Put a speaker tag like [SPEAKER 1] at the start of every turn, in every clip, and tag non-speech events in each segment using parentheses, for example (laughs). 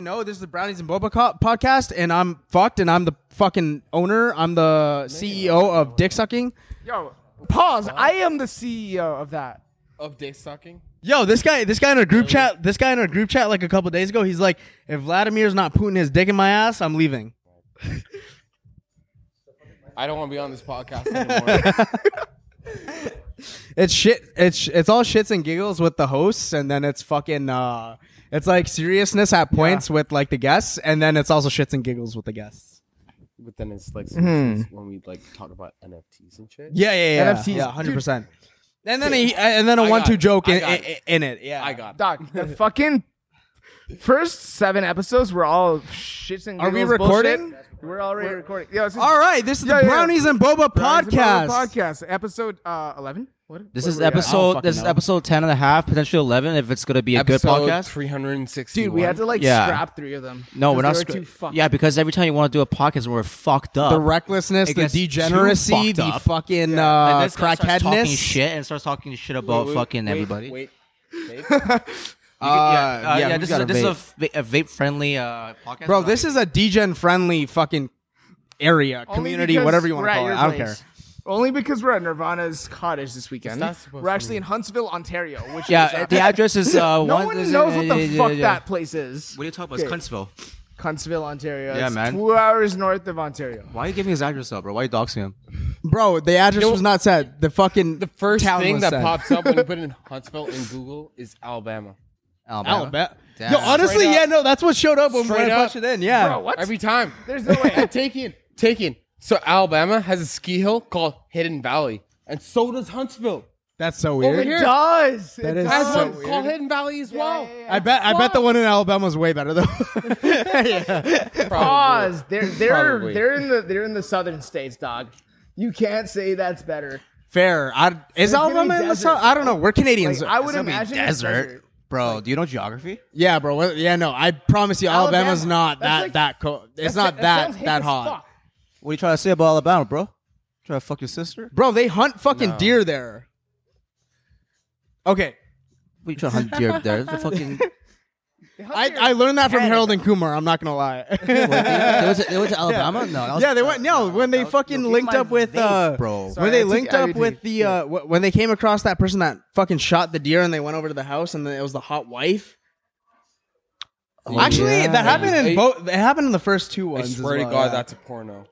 [SPEAKER 1] No, this is the Brownies and Boba co- podcast, and I'm fucked, and I'm the fucking owner. I'm the CEO of Dick Sucking.
[SPEAKER 2] Yo, pause. I am the CEO of that.
[SPEAKER 3] of dick sucking.
[SPEAKER 1] Yo, this guy, this guy in our group chat, this guy in our group chat, like a couple days ago, he's like, if Vladimir's not putting his dick in my ass, I'm leaving.
[SPEAKER 3] I don't want to be on this podcast
[SPEAKER 2] (laughs)
[SPEAKER 3] anymore.
[SPEAKER 1] It's shit. It's it's all shits and giggles with the hosts, and then it's fucking. uh It's like seriousness at points with like the guests, and then it's also shits and giggles with the guests.
[SPEAKER 3] but then it's
[SPEAKER 2] Hmm.
[SPEAKER 3] like when we like talk about NFTs and shit.
[SPEAKER 1] Yeah, yeah, yeah.
[SPEAKER 2] NFTs.
[SPEAKER 1] yeah, hundred percent. And then he, and then a
[SPEAKER 3] I got
[SPEAKER 1] one-two
[SPEAKER 3] it.
[SPEAKER 1] joke
[SPEAKER 3] I
[SPEAKER 1] in,
[SPEAKER 3] got
[SPEAKER 1] in,
[SPEAKER 3] it.
[SPEAKER 1] in it. Yeah,
[SPEAKER 3] I got. it.
[SPEAKER 2] Doc, (laughs) the fucking first seven episodes were all shits and
[SPEAKER 1] Are we
[SPEAKER 2] giggles bullshit.
[SPEAKER 1] recording?
[SPEAKER 2] We're already recording. Yo, this is
[SPEAKER 1] All right, this is
[SPEAKER 2] Yeah,
[SPEAKER 1] the
[SPEAKER 2] yeah.
[SPEAKER 1] Brownies and Boba
[SPEAKER 2] Brownies and
[SPEAKER 1] podcast.
[SPEAKER 2] Boba podcast episode uh, eleven. What?
[SPEAKER 4] This
[SPEAKER 2] what
[SPEAKER 4] is
[SPEAKER 2] were we at? Oh,
[SPEAKER 1] I don't
[SPEAKER 4] episode.
[SPEAKER 1] fucking
[SPEAKER 4] This is
[SPEAKER 1] know.
[SPEAKER 4] episode ten and a half, potentially eleven, if it's gonna be a
[SPEAKER 3] Episode
[SPEAKER 4] good podcast.
[SPEAKER 3] 360.
[SPEAKER 2] Dude, we had to like
[SPEAKER 4] Yeah.
[SPEAKER 2] scrap three of them.
[SPEAKER 4] No, we're
[SPEAKER 2] because
[SPEAKER 4] not.
[SPEAKER 2] they
[SPEAKER 4] Scr-
[SPEAKER 2] were too fucked.
[SPEAKER 4] yeah, because every time you want to do a podcast, we're fucked up.
[SPEAKER 1] the recklessness,
[SPEAKER 4] It
[SPEAKER 1] the
[SPEAKER 4] gets too
[SPEAKER 1] degeneracy,
[SPEAKER 4] fucked
[SPEAKER 1] the
[SPEAKER 4] up.
[SPEAKER 1] fucking
[SPEAKER 4] and
[SPEAKER 1] uh,
[SPEAKER 4] this guy starts talking
[SPEAKER 1] crackheadness.
[SPEAKER 4] shit and starts talking shit about fucking
[SPEAKER 3] (laughs)
[SPEAKER 4] everybody.
[SPEAKER 3] Wait. wait.
[SPEAKER 1] Uh,
[SPEAKER 4] Uh, yeah,
[SPEAKER 1] we
[SPEAKER 4] this, is,
[SPEAKER 1] gotta
[SPEAKER 4] a- this is a
[SPEAKER 1] vape.
[SPEAKER 4] va- a vape friendly uh, podcast.
[SPEAKER 1] bro. This is a degen friendly fucking area,
[SPEAKER 2] Only
[SPEAKER 1] community,
[SPEAKER 2] because
[SPEAKER 1] whatever you want
[SPEAKER 2] we're
[SPEAKER 1] to
[SPEAKER 2] at
[SPEAKER 1] call it.
[SPEAKER 2] your
[SPEAKER 1] I don't care.
[SPEAKER 2] place. Only because we're at Nirvana's cottage this weekend.
[SPEAKER 3] that supposed
[SPEAKER 2] We're
[SPEAKER 3] to
[SPEAKER 2] actually in Huntsville, Ontario. Which is,
[SPEAKER 4] yeah.
[SPEAKER 2] uh,
[SPEAKER 4] The address is uh,
[SPEAKER 2] (laughs) no
[SPEAKER 4] one,
[SPEAKER 2] one
[SPEAKER 4] is-
[SPEAKER 2] knows what
[SPEAKER 4] yeah,
[SPEAKER 2] the
[SPEAKER 4] yeah,
[SPEAKER 2] fuck
[SPEAKER 4] yeah.
[SPEAKER 2] that place is.
[SPEAKER 4] What are you talking about? It's Cuntsville.
[SPEAKER 2] Huntsville, Ontario.
[SPEAKER 4] Yeah,
[SPEAKER 2] It's
[SPEAKER 4] man.
[SPEAKER 2] Two hours north of Ontario.
[SPEAKER 4] Why are you giving his address up, bro? Why are you doxing him?
[SPEAKER 1] Bro, the address was not said. The fucking the
[SPEAKER 3] First
[SPEAKER 1] town
[SPEAKER 3] thing
[SPEAKER 1] was
[SPEAKER 3] that
[SPEAKER 1] said.
[SPEAKER 3] pops up when
[SPEAKER 2] (laughs)
[SPEAKER 3] you put in Huntsville in Google is Alabama.
[SPEAKER 4] Alabama.
[SPEAKER 1] Alabama.
[SPEAKER 4] Damn.
[SPEAKER 1] Yo, honestly,
[SPEAKER 3] Straight
[SPEAKER 1] yeah,
[SPEAKER 3] up.
[SPEAKER 1] no, that's what showed up when
[SPEAKER 3] Straight
[SPEAKER 1] we
[SPEAKER 3] up.
[SPEAKER 1] watched it in. Yeah,
[SPEAKER 2] Bro, what?
[SPEAKER 3] Every time.
[SPEAKER 2] There's no way.
[SPEAKER 3] taking, taking. So Alabama has a ski hill called Hidden Valley, and so does Huntsville.
[SPEAKER 1] that's so
[SPEAKER 3] Over
[SPEAKER 1] weird.
[SPEAKER 3] here.
[SPEAKER 2] It does. It
[SPEAKER 1] is
[SPEAKER 3] Has
[SPEAKER 2] does.
[SPEAKER 1] so
[SPEAKER 3] one called Hidden Valley as well.
[SPEAKER 2] Oh, yeah,
[SPEAKER 1] I bet. I bet the one in Alabama was way better though.
[SPEAKER 2] (laughs)
[SPEAKER 1] yeah.
[SPEAKER 3] Probably.
[SPEAKER 2] Pause. They're they're
[SPEAKER 3] Probably.
[SPEAKER 2] they're in the they're in the southern states, dog. You can't say that's better.
[SPEAKER 1] Fair. I, is
[SPEAKER 2] gonna be
[SPEAKER 1] Alabama? in the
[SPEAKER 2] desert.
[SPEAKER 1] South? I don't know. We're Canadians.
[SPEAKER 2] Like, I
[SPEAKER 1] It's
[SPEAKER 2] would
[SPEAKER 1] gonna be-
[SPEAKER 2] imagine it's (laughs)
[SPEAKER 4] Desert. Bro, do you know geography?
[SPEAKER 1] Yeah, bro. What- Yeah, no. I promise you,
[SPEAKER 2] Alabama.
[SPEAKER 1] Alabama's not
[SPEAKER 2] That's
[SPEAKER 1] that
[SPEAKER 2] like-
[SPEAKER 1] that cold. It's
[SPEAKER 2] That's-
[SPEAKER 1] not that
[SPEAKER 2] sounds
[SPEAKER 1] that,
[SPEAKER 2] hip as
[SPEAKER 1] hot,
[SPEAKER 2] fuck.
[SPEAKER 4] What are you trying to say about Alabama, bro? Trying to fuck your sister?
[SPEAKER 1] bro. They hunt fucking deer there. Okay,
[SPEAKER 4] What are you trying to hunt deer up there? It's
[SPEAKER 1] (laughs)
[SPEAKER 4] a fucking.
[SPEAKER 1] I, I learned that from Harold and Kumar. I'm not gonna
[SPEAKER 4] (laughs)
[SPEAKER 1] lie. (laughs)
[SPEAKER 4] Wait, they, they, went to, they went to Alabama? No. That was,
[SPEAKER 1] yeah, they went no when they
[SPEAKER 4] that was-
[SPEAKER 1] fucking
[SPEAKER 4] yo, give
[SPEAKER 1] linked
[SPEAKER 4] my
[SPEAKER 1] up with
[SPEAKER 4] vape,
[SPEAKER 1] uh,
[SPEAKER 4] bro.
[SPEAKER 1] when they
[SPEAKER 2] I took-
[SPEAKER 1] linked
[SPEAKER 2] I
[SPEAKER 1] up
[SPEAKER 2] took-
[SPEAKER 1] with the uh, wh- when they came across that person that fucking shot the deer and they went over to the house and then it was the hot wife.
[SPEAKER 4] Oh,
[SPEAKER 1] Actually,
[SPEAKER 4] yeah.
[SPEAKER 1] that happened in
[SPEAKER 3] I-
[SPEAKER 1] both. It happened in the first two
[SPEAKER 3] I
[SPEAKER 1] ones. as
[SPEAKER 3] swear to
[SPEAKER 1] well,
[SPEAKER 3] God,
[SPEAKER 1] yeah.
[SPEAKER 3] that's a porno.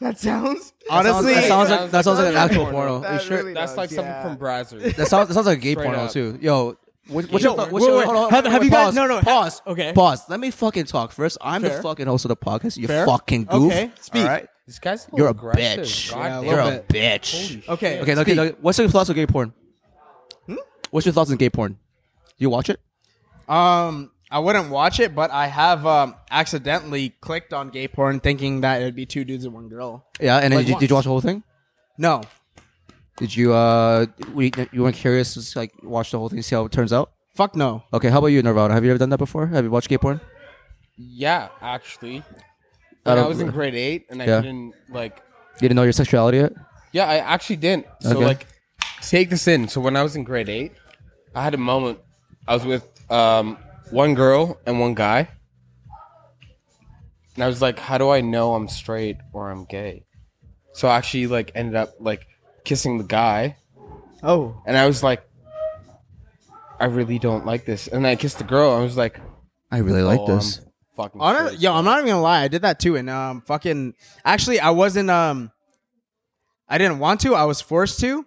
[SPEAKER 2] That sounds.
[SPEAKER 1] honestly.
[SPEAKER 4] that sounds like that sounds like an
[SPEAKER 3] That
[SPEAKER 4] actual
[SPEAKER 3] really
[SPEAKER 4] porno.
[SPEAKER 2] that
[SPEAKER 4] You sure?
[SPEAKER 2] really
[SPEAKER 3] That's
[SPEAKER 2] does,
[SPEAKER 3] like
[SPEAKER 2] yeah.
[SPEAKER 3] something
[SPEAKER 2] (laughs)
[SPEAKER 3] from Brazzers.
[SPEAKER 4] That sounds that sounds like a gay
[SPEAKER 3] Straight
[SPEAKER 4] porno
[SPEAKER 3] up.
[SPEAKER 4] too. Yo, what, what's
[SPEAKER 3] Yo,
[SPEAKER 4] your
[SPEAKER 3] wait,
[SPEAKER 4] what's your
[SPEAKER 1] wait,
[SPEAKER 4] hold on, hold on,
[SPEAKER 1] have-
[SPEAKER 4] wait,
[SPEAKER 1] have
[SPEAKER 4] wait,
[SPEAKER 1] you guys-
[SPEAKER 4] pause,
[SPEAKER 1] no, no, have-
[SPEAKER 4] pause
[SPEAKER 1] okay.
[SPEAKER 4] pause. Let me fucking talk first. I'm
[SPEAKER 1] Fair.
[SPEAKER 4] the fucking host of the podcast. You
[SPEAKER 1] Fair.
[SPEAKER 4] fucking goof.
[SPEAKER 1] Okay, speak.
[SPEAKER 4] All right?
[SPEAKER 3] This guy's a little
[SPEAKER 4] You're a
[SPEAKER 3] aggressive.
[SPEAKER 4] bitch.
[SPEAKER 3] God
[SPEAKER 1] Yeah, a
[SPEAKER 3] damn.
[SPEAKER 4] You're
[SPEAKER 1] little
[SPEAKER 4] a bitch.
[SPEAKER 1] Okay.
[SPEAKER 4] Okay, okay,
[SPEAKER 1] speak. Hmm?
[SPEAKER 4] okay. What's your thoughts on gay porn? What's your thoughts on gay porn? You watch it?
[SPEAKER 1] Um, I wouldn't watch it, but I have um accidentally clicked on gay porn, thinking that it'd be two dudes and one girl.
[SPEAKER 4] Yeah, and then
[SPEAKER 1] Like
[SPEAKER 4] did, you,
[SPEAKER 1] once.
[SPEAKER 4] did you watch the whole thing?
[SPEAKER 1] No,
[SPEAKER 4] Did you uh we, you weren't curious just like watch the whole thing see how it turns out?
[SPEAKER 1] fuck no.
[SPEAKER 4] Okay, how about you, Nirvana? Have you ever done that before? Have you watched gay porn?
[SPEAKER 3] Yeah, actually. When
[SPEAKER 4] I
[SPEAKER 3] I
[SPEAKER 4] don't-
[SPEAKER 3] was in grade eight and I
[SPEAKER 4] Yeah.
[SPEAKER 3] didn't like
[SPEAKER 4] You didn't know your sexuality yet?
[SPEAKER 3] Yeah, I actually didn't. So
[SPEAKER 4] Okay.
[SPEAKER 3] like take this in. So when I was in grade eight, I had a moment. I was with um one girl and one guy. And I was like, how do I know I'm straight or I'm gay? So I actually like ended up like kissing the guy
[SPEAKER 2] Oh,
[SPEAKER 3] and I was like I really don't like this. And I kissed the girl. I was like,
[SPEAKER 4] I really like
[SPEAKER 3] oh,
[SPEAKER 4] this.
[SPEAKER 3] I'm fucking
[SPEAKER 1] Honest,
[SPEAKER 3] straight.
[SPEAKER 1] yo, I'm not even gonna lie. I did that too, and um, fucking. Actually, I wasn't. Um, I didn't want to. I was forced to,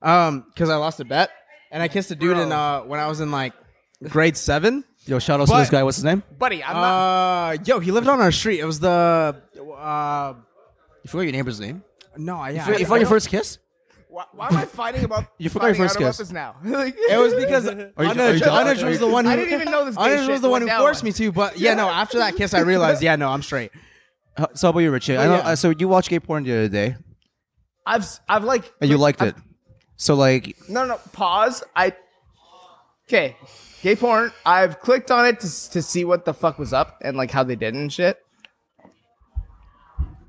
[SPEAKER 1] um, because I lost a bet, and I kissed a dude in uh when I was in like grade seven.
[SPEAKER 4] Yo, shout out
[SPEAKER 1] But-
[SPEAKER 4] to this guy. What's his name?
[SPEAKER 2] buddy, I'm
[SPEAKER 1] Uh,
[SPEAKER 2] not.
[SPEAKER 1] yo, he lived on our street. It was the uh,
[SPEAKER 4] You forgot your neighbor's name.
[SPEAKER 1] no, I- yeah,
[SPEAKER 4] You
[SPEAKER 1] I-
[SPEAKER 4] forgot your first kiss.
[SPEAKER 2] Why, why am I fighting about?
[SPEAKER 4] (laughs) You forgot your
[SPEAKER 2] fighting
[SPEAKER 4] first
[SPEAKER 2] out about
[SPEAKER 4] kiss.
[SPEAKER 2] this now. (laughs) Like-
[SPEAKER 1] It was
[SPEAKER 2] (laughs)
[SPEAKER 1] because
[SPEAKER 4] you- are
[SPEAKER 1] Anuj
[SPEAKER 4] you
[SPEAKER 1] Anuj
[SPEAKER 4] joking?
[SPEAKER 1] was the one who
[SPEAKER 2] I didn't even
[SPEAKER 1] (laughs)
[SPEAKER 2] know this gay
[SPEAKER 1] Anuj was
[SPEAKER 2] shit
[SPEAKER 1] the one who
[SPEAKER 2] went down
[SPEAKER 1] forced
[SPEAKER 2] on.
[SPEAKER 1] me to. But yeah, no. After that kiss, I realized, yeah, no, I'm
[SPEAKER 2] (laughs)
[SPEAKER 1] straight.
[SPEAKER 4] So how about you, Richie? I know,
[SPEAKER 1] yeah.
[SPEAKER 4] uh, so you watched gay porn the other day,
[SPEAKER 2] I've s- I've like
[SPEAKER 4] and Oh, you liked it. So like,
[SPEAKER 2] No, no, pause. I. Okay. Gay porn. I've clicked on it to, s- to see what the fuck was up and like how they did it and shit.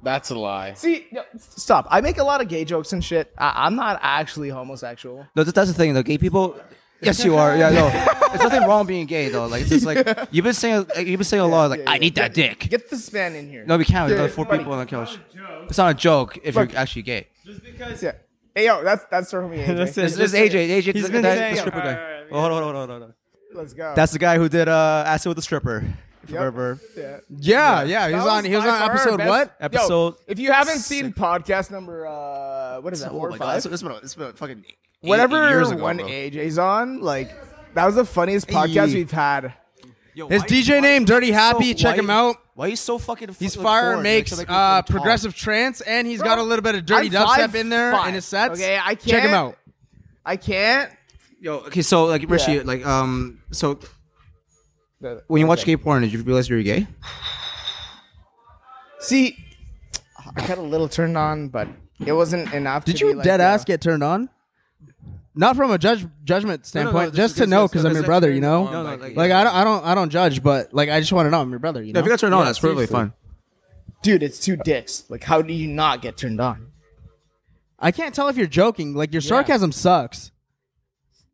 [SPEAKER 3] That's a lie.
[SPEAKER 2] See, no, s- stop. I make a lot of gay jokes and shit. I, I'm not actually homosexual.
[SPEAKER 4] no, that- that's the thing. though. gay people, Yes, you are. Yeah, no. There's nothing wrong being gay though. Like it's just like you've been saying, like, you've been saying a lot. Like I need that dick.
[SPEAKER 2] Get this man in here.
[SPEAKER 4] no, we can't. There's
[SPEAKER 2] Yeah,
[SPEAKER 4] only four
[SPEAKER 2] buddy.
[SPEAKER 4] people on the couch. It's not a joke if
[SPEAKER 2] Look.
[SPEAKER 4] you're actually gay.
[SPEAKER 5] Just because
[SPEAKER 2] Yeah. Hey, yo, that's that's our
[SPEAKER 4] (laughs)
[SPEAKER 2] homie. AJ.
[SPEAKER 5] That's it.
[SPEAKER 4] This, this is AJ. AJ,
[SPEAKER 5] He's
[SPEAKER 4] that-
[SPEAKER 5] been
[SPEAKER 4] that-
[SPEAKER 5] saying-
[SPEAKER 4] the stripper guy.
[SPEAKER 5] Alright,
[SPEAKER 4] Oh, hold on, hold on, hold on, hold on.
[SPEAKER 2] Let's go.
[SPEAKER 4] That's the guy who did uh, Acid with the Stripper. If you
[SPEAKER 2] Yep.
[SPEAKER 4] remember.
[SPEAKER 2] yeah.
[SPEAKER 1] Yeah, yeah. He was,
[SPEAKER 2] That
[SPEAKER 1] on. He was
[SPEAKER 2] by
[SPEAKER 1] on
[SPEAKER 2] far our
[SPEAKER 1] episode
[SPEAKER 2] best-
[SPEAKER 1] what?
[SPEAKER 2] Yo,
[SPEAKER 4] Episode
[SPEAKER 2] if you haven't seen podcast number, uh, what is that?
[SPEAKER 4] Oh
[SPEAKER 2] Four
[SPEAKER 4] my
[SPEAKER 2] or
[SPEAKER 4] god,
[SPEAKER 2] five?
[SPEAKER 4] that's, that's been, that's been fucking eight-
[SPEAKER 2] Whatever
[SPEAKER 4] eight years ago,
[SPEAKER 2] one
[SPEAKER 4] bro.
[SPEAKER 2] AJ's on, like that was the funniest podcast
[SPEAKER 4] Hey.
[SPEAKER 2] we've had.
[SPEAKER 4] Yo,
[SPEAKER 1] His
[SPEAKER 4] why-
[SPEAKER 1] DJ
[SPEAKER 4] why-
[SPEAKER 1] name Dirty Happy.
[SPEAKER 4] so
[SPEAKER 1] Check
[SPEAKER 4] why-
[SPEAKER 1] him out.
[SPEAKER 4] Why you so fucking?
[SPEAKER 1] He's
[SPEAKER 4] fucking
[SPEAKER 1] fire,
[SPEAKER 4] forward?
[SPEAKER 1] makes
[SPEAKER 4] Like, so I
[SPEAKER 1] uh,
[SPEAKER 4] can talk.
[SPEAKER 1] progressive trance, and he's got a
[SPEAKER 2] Bro,
[SPEAKER 1] little bit of dirty
[SPEAKER 2] I'm
[SPEAKER 1] dubstep
[SPEAKER 2] five
[SPEAKER 1] in there
[SPEAKER 2] five.
[SPEAKER 1] in his sets.
[SPEAKER 2] Okay, I
[SPEAKER 1] check him
[SPEAKER 2] can't-
[SPEAKER 1] out.
[SPEAKER 2] I can't.
[SPEAKER 4] Yo, okay, so like Rishi,
[SPEAKER 2] Yeah.
[SPEAKER 4] like um, so when you watch gay porn, did you realize you were gay?
[SPEAKER 2] See, I got a little turned on, but it wasn't enough.
[SPEAKER 1] Did
[SPEAKER 2] to
[SPEAKER 1] you
[SPEAKER 2] be like,
[SPEAKER 1] dead ass
[SPEAKER 2] yeah.
[SPEAKER 1] get turned on? Not from a judge judgment standpoint,
[SPEAKER 4] this
[SPEAKER 1] just
[SPEAKER 4] is-
[SPEAKER 1] to
[SPEAKER 4] this
[SPEAKER 1] know
[SPEAKER 4] is-
[SPEAKER 1] because I'm
[SPEAKER 4] this
[SPEAKER 1] your
[SPEAKER 4] is
[SPEAKER 1] brother. You
[SPEAKER 4] actually-
[SPEAKER 1] know,
[SPEAKER 4] No, no,
[SPEAKER 1] like,
[SPEAKER 4] like-
[SPEAKER 1] I don't, I don't, I don't judge, but like I just want to know I'm your brother. You know,
[SPEAKER 4] if you got turned on, that's perfectly fun.
[SPEAKER 2] Dude, it's two dicks. Like, how do you not get turned on?
[SPEAKER 1] I can't tell if you're joking. Like your sarcasm sucks.